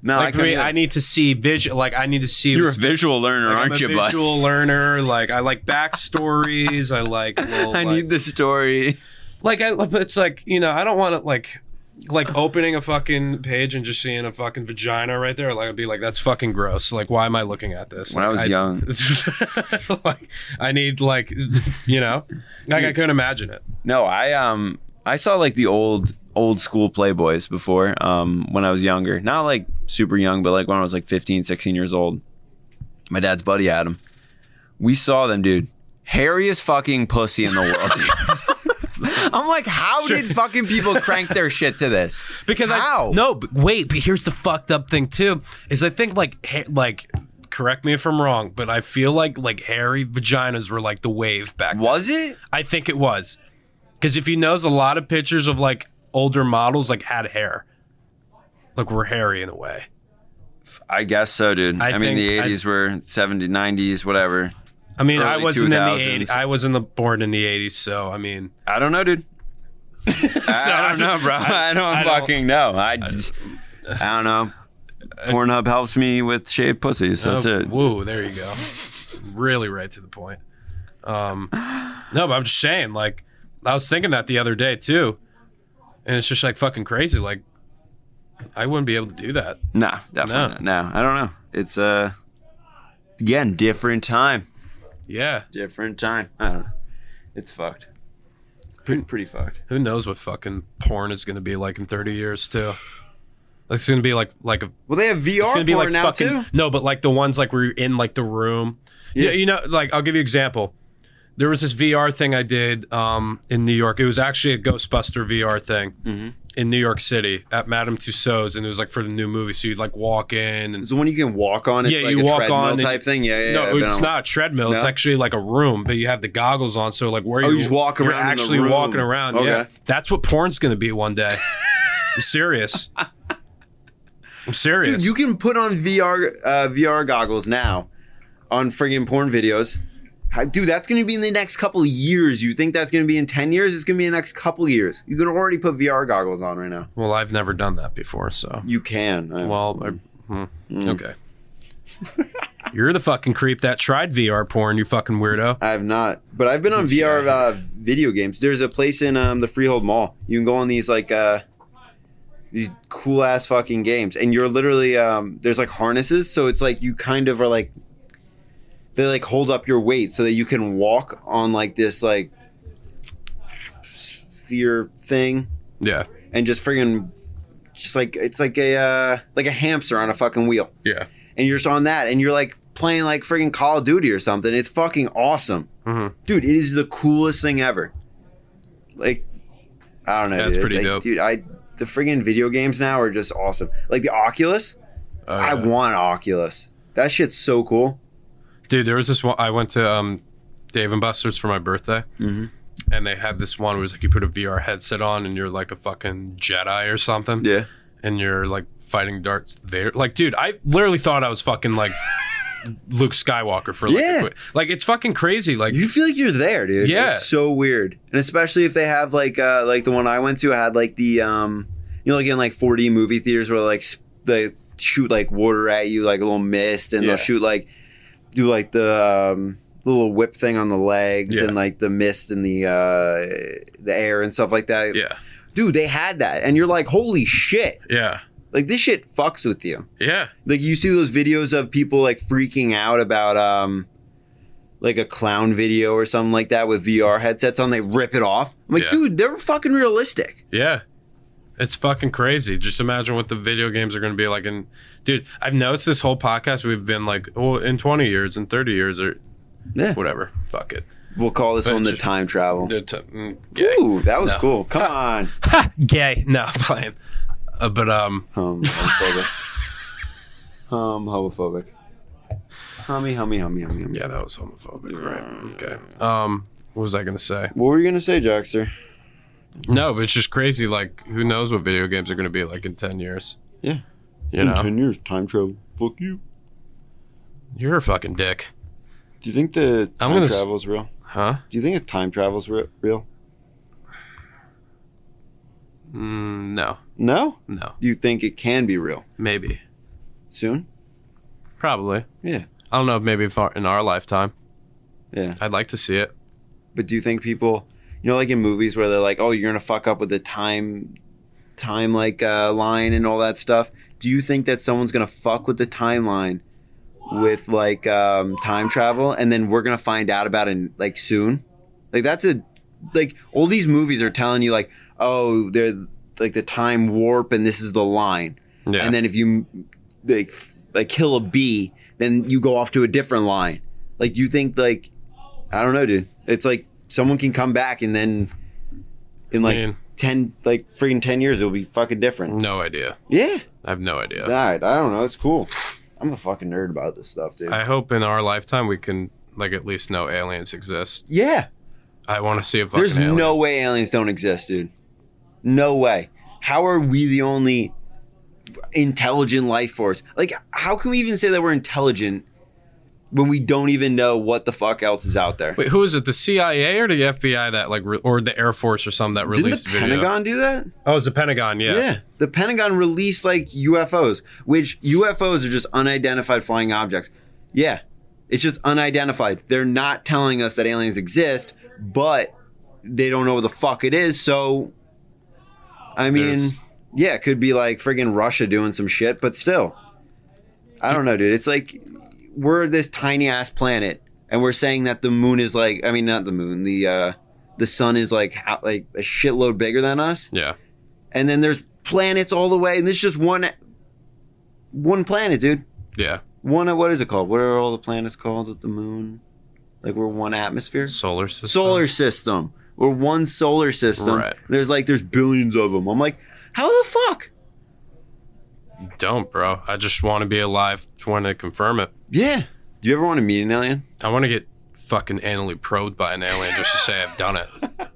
S2: No,
S1: Like for
S2: couldn't
S1: me,
S2: do that.
S1: I need to see visual. Like I need to see.
S2: You're a
S1: what's-
S2: visual learner,
S1: like,
S2: aren't
S1: I'm a
S2: you, bud?
S1: visual
S2: <laughs>
S1: learner. Like I like backstories. I like. Little,
S2: I
S1: like,
S2: need the story.
S1: like I, but it's like you know I don't want to like like opening a fucking page and just seeing a fucking vagina right there like I'd be like that's fucking gross like why am I looking at this
S2: When I
S1: Like,
S2: was young.
S1: <laughs> like I need like <laughs> you know like I couldn't imagine it
S2: No, I um I saw like the old old school Playboys before um when I was younger. Not like super young, but like when I was like 15, 16 years old. My dad's buddy had 'em. We saw them, dude. Hairiest fucking pussy in the world. <laughs> I'm like, how did fucking people crank their shit to this?
S1: because
S2: how?
S1: I no, but wait. But here's the fucked up thing too is I think like ha- like correct me if I'm wrong, but I feel like like hairy vaginas were like the wave back. then.
S2: was it?
S1: I think it was because if you notice, a lot of pictures of like older models like had hair, like were hairy in a way.
S3: I guess so, dude.
S1: I
S3: I, mean,
S1: think-
S3: the
S1: I-
S3: 80s were 70s, 90s, whatever.
S1: I mean, I
S3: Early
S1: wasn't in the
S3: 2000s.
S1: eighties. I wasn't the- born in the eighties, so I mean,
S3: I don't
S1: <laughs>
S3: know, dude. I don't know, bro. <laughs> I, don't
S1: I don't-
S3: fucking know. I, just- I don't know. Pornhub helps me with shaved pussy, so that's
S1: Oh,
S3: it.
S1: Whoa, there you go. really right to the point. Um, no, but I'm just saying, like, I was thinking that the other day too, and it's just like fucking crazy. Like, I wouldn't be able to do that.
S3: Nah, definitely no. no. I don't know. It's uh, again, different time.
S1: Yeah,
S3: Different time. I don't know. It's fucked. Pretty, pretty fucked.
S1: who knows what fucking porn is gonna be like in 30 years too? Like, it's gonna be like like a
S2: Well, they have VR
S1: it's
S2: porn
S1: gonna be like
S2: now
S1: fucking
S2: too.
S1: no, but like the ones like where you're in like the room. Yeah, you know, like I'll give you an example. There was this VR thing I did um, in New York. It was actually a Ghostbuster VR thing
S2: Mm-hmm.
S1: in New York City at Madame Tussauds, and it was like for the new movie. So you'd like walk in and
S2: It's the one you can walk on. It's
S1: Yeah,
S2: like
S1: you
S2: a
S1: walk
S2: treadmill
S1: on and-
S2: type thing. Yeah, yeah.
S1: no,
S2: yeah,
S1: it's
S2: but
S1: not a treadmill. It's
S2: No?
S1: actually like a room, but you have the goggles on. So like where
S2: Oh,
S1: you
S2: you just walk
S1: you're
S2: around in the
S1: actually
S2: room.
S1: walking around. Yeah,
S2: Okay.
S1: that's what porn's gonna be one
S2: <laughs>
S1: day. I'm serious. I'm serious.
S2: Dude, you can put on VR uh, VR goggles now on friggin' porn videos. How- Dude, that's going to be in the next couple of years. You think that's going to be in 10 years? It's going to be in the next couple of years. You can already put VR goggles on right now.
S1: well, I've never done that before, so
S2: You can. Uh,
S1: Well, I, hmm, okay. <laughs> You're the fucking creep that tried VR porn, you fucking weirdo.
S2: I have not, but I've been on VR uh, video games. There's a place in um, the Freehold Mall. You can go on these like uh, these cool ass fucking games, and you're literally um, there's like harnesses, so it's like you kind of are like they like hold up your weight so that you can walk on like this like sphere thing
S1: Yeah,
S2: and just friggin' just like it's like a uh, like a hamster on a fucking wheel
S1: yeah.
S2: and you're just on that and you're like playing like friggin' Call of Duty or something. It's fucking awesome.
S1: Mhm.
S2: Dude, it is the coolest thing ever. Like, I don't know.
S1: Yeah, it's
S2: dude.
S1: pretty
S2: like,
S1: dope.
S2: Dude, I the friggin' video games now are just awesome. Like the Oculus,
S1: Oh,
S2: I
S1: yeah.
S2: want an Oculus. That shit's so cool.
S1: Dude, there was this one. I went to um, Dave and Buster's for my birthday,
S2: Mhm.
S1: and they had this one where it's like you put a VR headset on and you're like a fucking Jedi or something,
S3: Yeah.
S1: and you're like fighting darts there. Like, dude, I literally thought I was fucking
S2: <laughs>
S1: like Luke Skywalker for like, a
S2: Yeah.
S1: quick- like it's fucking crazy. Like,
S2: You feel like you're there, dude.
S1: Yeah.
S2: It's so weird. And especially if they have like uh like the one I went to had like the um you know like in like 4D movie theaters where like sp- they shoot like water at you like a little mist and
S1: Yeah.
S2: they'll shoot like do like the um little whip thing on the legs
S1: Yeah.
S2: and like the mist and the uh the air and stuff like that.
S1: yeah,
S2: Dude, they had that and you're like holy shit.
S1: yeah,
S2: Like this shit fucks with you
S1: yeah.
S2: like you see those videos of people like freaking out about um like a clown video or something like that with VR headsets on, they rip it off. I'm like,
S1: Yeah.
S2: dude, they're fucking realistic.
S1: Yeah. It's fucking crazy. Just imagine what the video games are going to be like. And dude, I've noticed this whole podcast we've been like, oh, in 20 years and 30 years or
S2: Yeah.
S1: whatever. Fuck it.
S2: We'll call this
S1: But
S2: one the
S1: just-
S2: time travel.
S1: Dude, t- mm, gay.
S2: Ooh, that was
S1: No.
S2: cool. Come on.
S1: <laughs> Gay. No, I'm playing. Uh, but um,
S2: Hum, homophobic. hum, homophobic. Hummy, hummy, hummy, hummy, hummy.
S1: yeah, that was homophobic, right? Okay. Um, what was I going to say?
S2: What were you going to say, Jackster?
S1: No, but it's just crazy. Like, who knows what video games are going to be like in 10 years?
S2: Yeah.
S1: You know,
S2: 10 years, time travel. Fuck you.
S1: you're a fucking dick.
S2: Do you think the
S1: I'm
S2: time
S1: gonna s-
S2: travel's real?
S1: Huh?
S2: Do you think if time travel's re- real?
S1: Mm, no,
S2: No?
S1: no,
S2: Do you think it can be real
S1: maybe.
S2: soon?
S1: Probably.
S2: Yeah.
S1: I don't know if maybe if our, in our lifetime.
S2: Yeah.
S1: I'd like to see it.
S2: But do you think people, you know, like in movies where they're like, "Oh, you're gonna fuck up with the time, time like uh, line and all that stuff." Do you think that someone's gonna fuck with the timeline with like um, time travel, and then we're gonna find out about it like soon? Like that's a like all these movies are telling you like, "Oh, they're like the time warp, and this is the line."
S1: Yeah.
S2: and then if you like f- like kill a bee, then you go off to a different line. Like you think like I don't know, dude. It's like someone can come back and then in like
S1: Man.
S2: ten, like freaking ten years, it'll be fucking different.
S1: No idea.
S2: Yeah,
S1: I have no idea.
S2: all right. I don't know. It's cool. I'm a fucking nerd about this stuff, dude.
S1: I hope in our lifetime we can like at least know aliens exist.
S2: yeah,
S1: I want to see a fucking
S2: there's
S1: alien.
S2: no way aliens don't exist, dude. No way. How are we the only intelligent life force? Like, how can we even say that we're intelligent when we don't even know what the fuck else is out there?
S1: Wait, who is it? The CIA or the FBI that like, re- or the Air Force or something that
S2: Didn't
S1: released
S2: the
S1: video?
S2: Pentagon do that?
S1: Oh, it's the Pentagon. Yeah.
S2: The Pentagon released like UFOs, which UFOs are just unidentified flying objects. Yeah. It's just unidentified. They're not telling us that aliens exist, but they don't know what the fuck it is. So, I mean,
S1: There's-
S2: yeah, it could be like friggin' Russia doing some shit, but still. I don't know, dude. It's like we're this tiny ass planet, and we're saying that the moon is like, I mean, not the moon, the, uh, the sun is like how, like a shitload bigger than us
S1: Yeah.
S2: and then there's planets all the way, and this is just one one planet, dude.
S1: Yeah.
S2: One uh, what is it called? What are all the planets called with the moon? Like we're one atmosphere,
S1: Solar system.
S2: solar system. We're one solar system.
S1: Right.
S2: There's like there's billions of them. I'm like, how the fuck?
S1: Don't, bro. I just want to be alive to want to confirm it.
S2: Yeah. Do you ever want to meet an alien?
S1: I want to get fucking anally probed by an alien just to say I've
S2: <laughs>
S1: done it.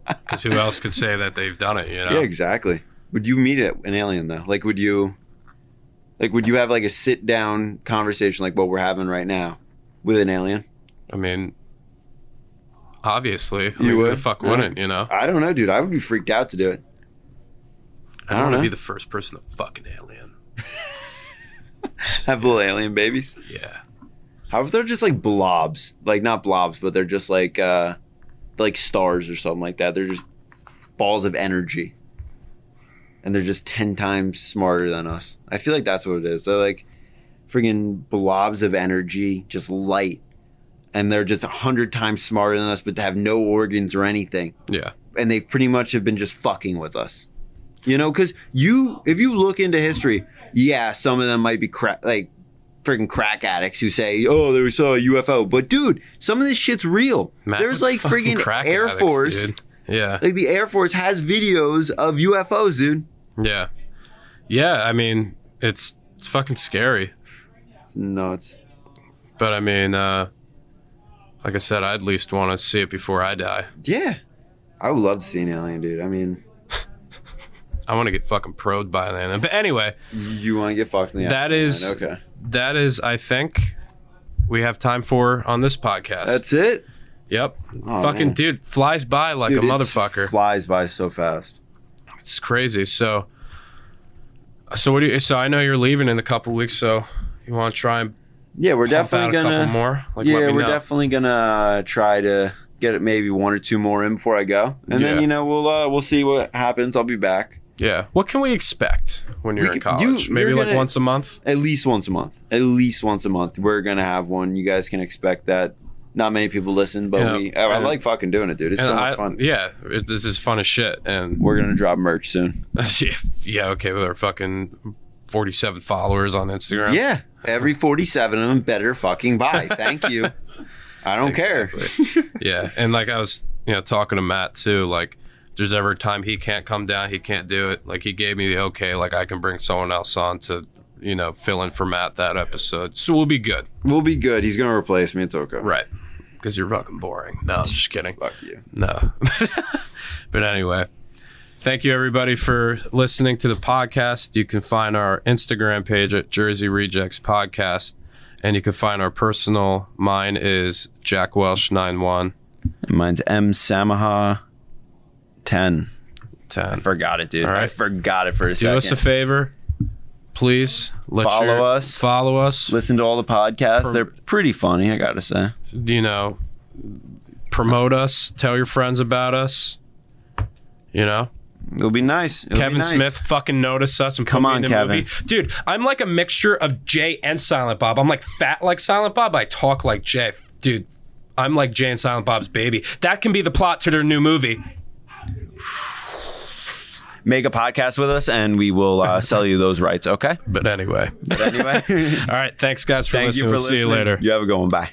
S1: Because who else could say that they've done it? You know.
S2: Yeah, exactly. Would you meet a- an alien though? Like, would you, like, would you have like a sit down conversation like what we're having right now with an alien?
S1: I mean, obviously, I
S2: You
S1: mean, who the
S2: would?
S1: fuck
S2: Yeah.
S1: wouldn't? You know.
S2: I don't know, dude. I would be freaked out to do it. <laughs>
S1: I
S2: I don't
S1: don't want to
S2: know.
S1: be the first person to fuck an alien.
S2: Have little alien babies.
S1: Yeah.
S2: How if they're just like blobs? Like not blobs, but they're just like uh like stars or something like that. They're just balls of energy. And they're just ten times smarter than us. I feel like that's what it is. They're like friggin' blobs of energy, just light. And they're just a hundred times smarter than us, but they have no organs or anything.
S1: Yeah.
S2: And they pretty much have been just fucking with us. You know, because you, if you look into history, yeah, some of them might be cra- like freaking crack addicts who say, "Oh, there was a UFO," but dude, some of this shit's real.
S1: Matt
S2: There's
S1: was <laughs>
S2: like
S1: fucking
S2: freaking
S1: crack
S2: Air
S1: addicts,
S2: Force,
S1: dude. Yeah.
S2: like the Air Force has videos of UFOs, dude.
S1: Yeah. Yeah. I mean, it's, it's fucking scary.
S2: It's nuts.
S1: But I mean, uh, like I said, I'd at least want to see it before I die.
S2: Yeah, I would love to see an alien, dude. I mean,
S1: I want to get fucking probed by an alien. But anyway,
S2: you want to get fucked in the
S1: That
S2: afternoon.
S1: is-
S2: okay.
S1: that is, I think, we have time for on this podcast.
S2: That's it.
S1: yep.
S2: Aw,
S1: fucking
S2: man.
S1: dude flies by like
S2: Dude,
S1: a
S2: it
S1: motherfucker.
S2: flies by so fast.
S1: it's crazy. So, so what do you? So I know you're leaving in a couple weeks. So you want to try and
S2: Yeah, we're
S1: pump
S2: definitely
S1: out a
S2: gonna.
S1: couple more? Like,
S2: yeah,
S1: let me
S2: we're
S1: know.
S2: definitely gonna uh, try to get maybe one or two more in before I go, and
S1: Yeah.
S2: then you know we'll uh, we'll see what happens. I'll be back
S1: yeah. What can we expect when you're
S2: We
S1: in
S2: can- you-
S1: college? Maybe
S2: you're
S1: like
S2: gonna-
S1: once a month.
S2: at least once a month. At least once a month, we're gonna have one. You guys can expect that. Not many people listen, but
S1: Yeah.
S2: we. oh, I, I
S1: And-
S2: like fucking doing it, dude. It's
S1: And
S2: so much
S1: I-
S2: fun.
S1: Yeah, it, this is fun as shit. And <laughs>
S2: We're gonna drop merch soon.
S1: yeah, okay, with our fucking 47 followers on Instagram.
S2: Yeah, every forty-seven of them better fucking buy. Thank
S1: <laughs>
S2: you. I don't care.
S1: Yeah. And like I was, you know, talking to Matt too, like if there's ever a time he can't come down, he can't do it. Like he gave me the okay, like I can bring someone else on to, you know, fill in for Matt that episode. So we'll be good.
S2: We'll be good. He's gonna replace me. It's okay.
S1: Right. Because you're fucking boring. No, I'm just kidding.
S2: Fuck you.
S1: No. <laughs> but anyway, thank you everybody for listening to the podcast. You can find our Instagram page at Jersey Rejects Podcast, and you can find our personal. Mine is Jack Welsh nine one
S3: Mine's M Samaha 10.
S1: ten.
S3: Forgot it, dude.
S1: right.
S3: I forgot it for a
S1: Do
S3: second.
S1: us a favor, please. Let
S3: Follow
S1: your-
S3: us.
S1: Follow us.
S3: Listen to all the podcasts.
S1: Per-
S3: They're pretty funny, I gotta say.
S1: you know, promote us. Tell your friends about us. You know.
S3: It'll be nice. It'll be
S1: Kevin
S3: nice.
S1: Smith fucking noticed us and put
S3: Come
S1: me
S3: on,
S1: in the
S3: Kevin.
S1: movie. Dude, I'm like a mixture of Jay and Silent Bob. I'm like fat like Silent Bob. I talk like Jay. Dude, I'm like Jay and Silent Bob's baby. That can be the plot to their new movie.
S3: Make a podcast with us and we will uh, sell you those rights, okay?
S1: But <laughs> anyway.
S3: <laughs> But anyway,
S1: All right. Thanks, guys, for
S3: thank
S1: listening.
S3: you for
S1: We'll see
S3: listening.
S1: you later.
S3: You have a good one. Bye.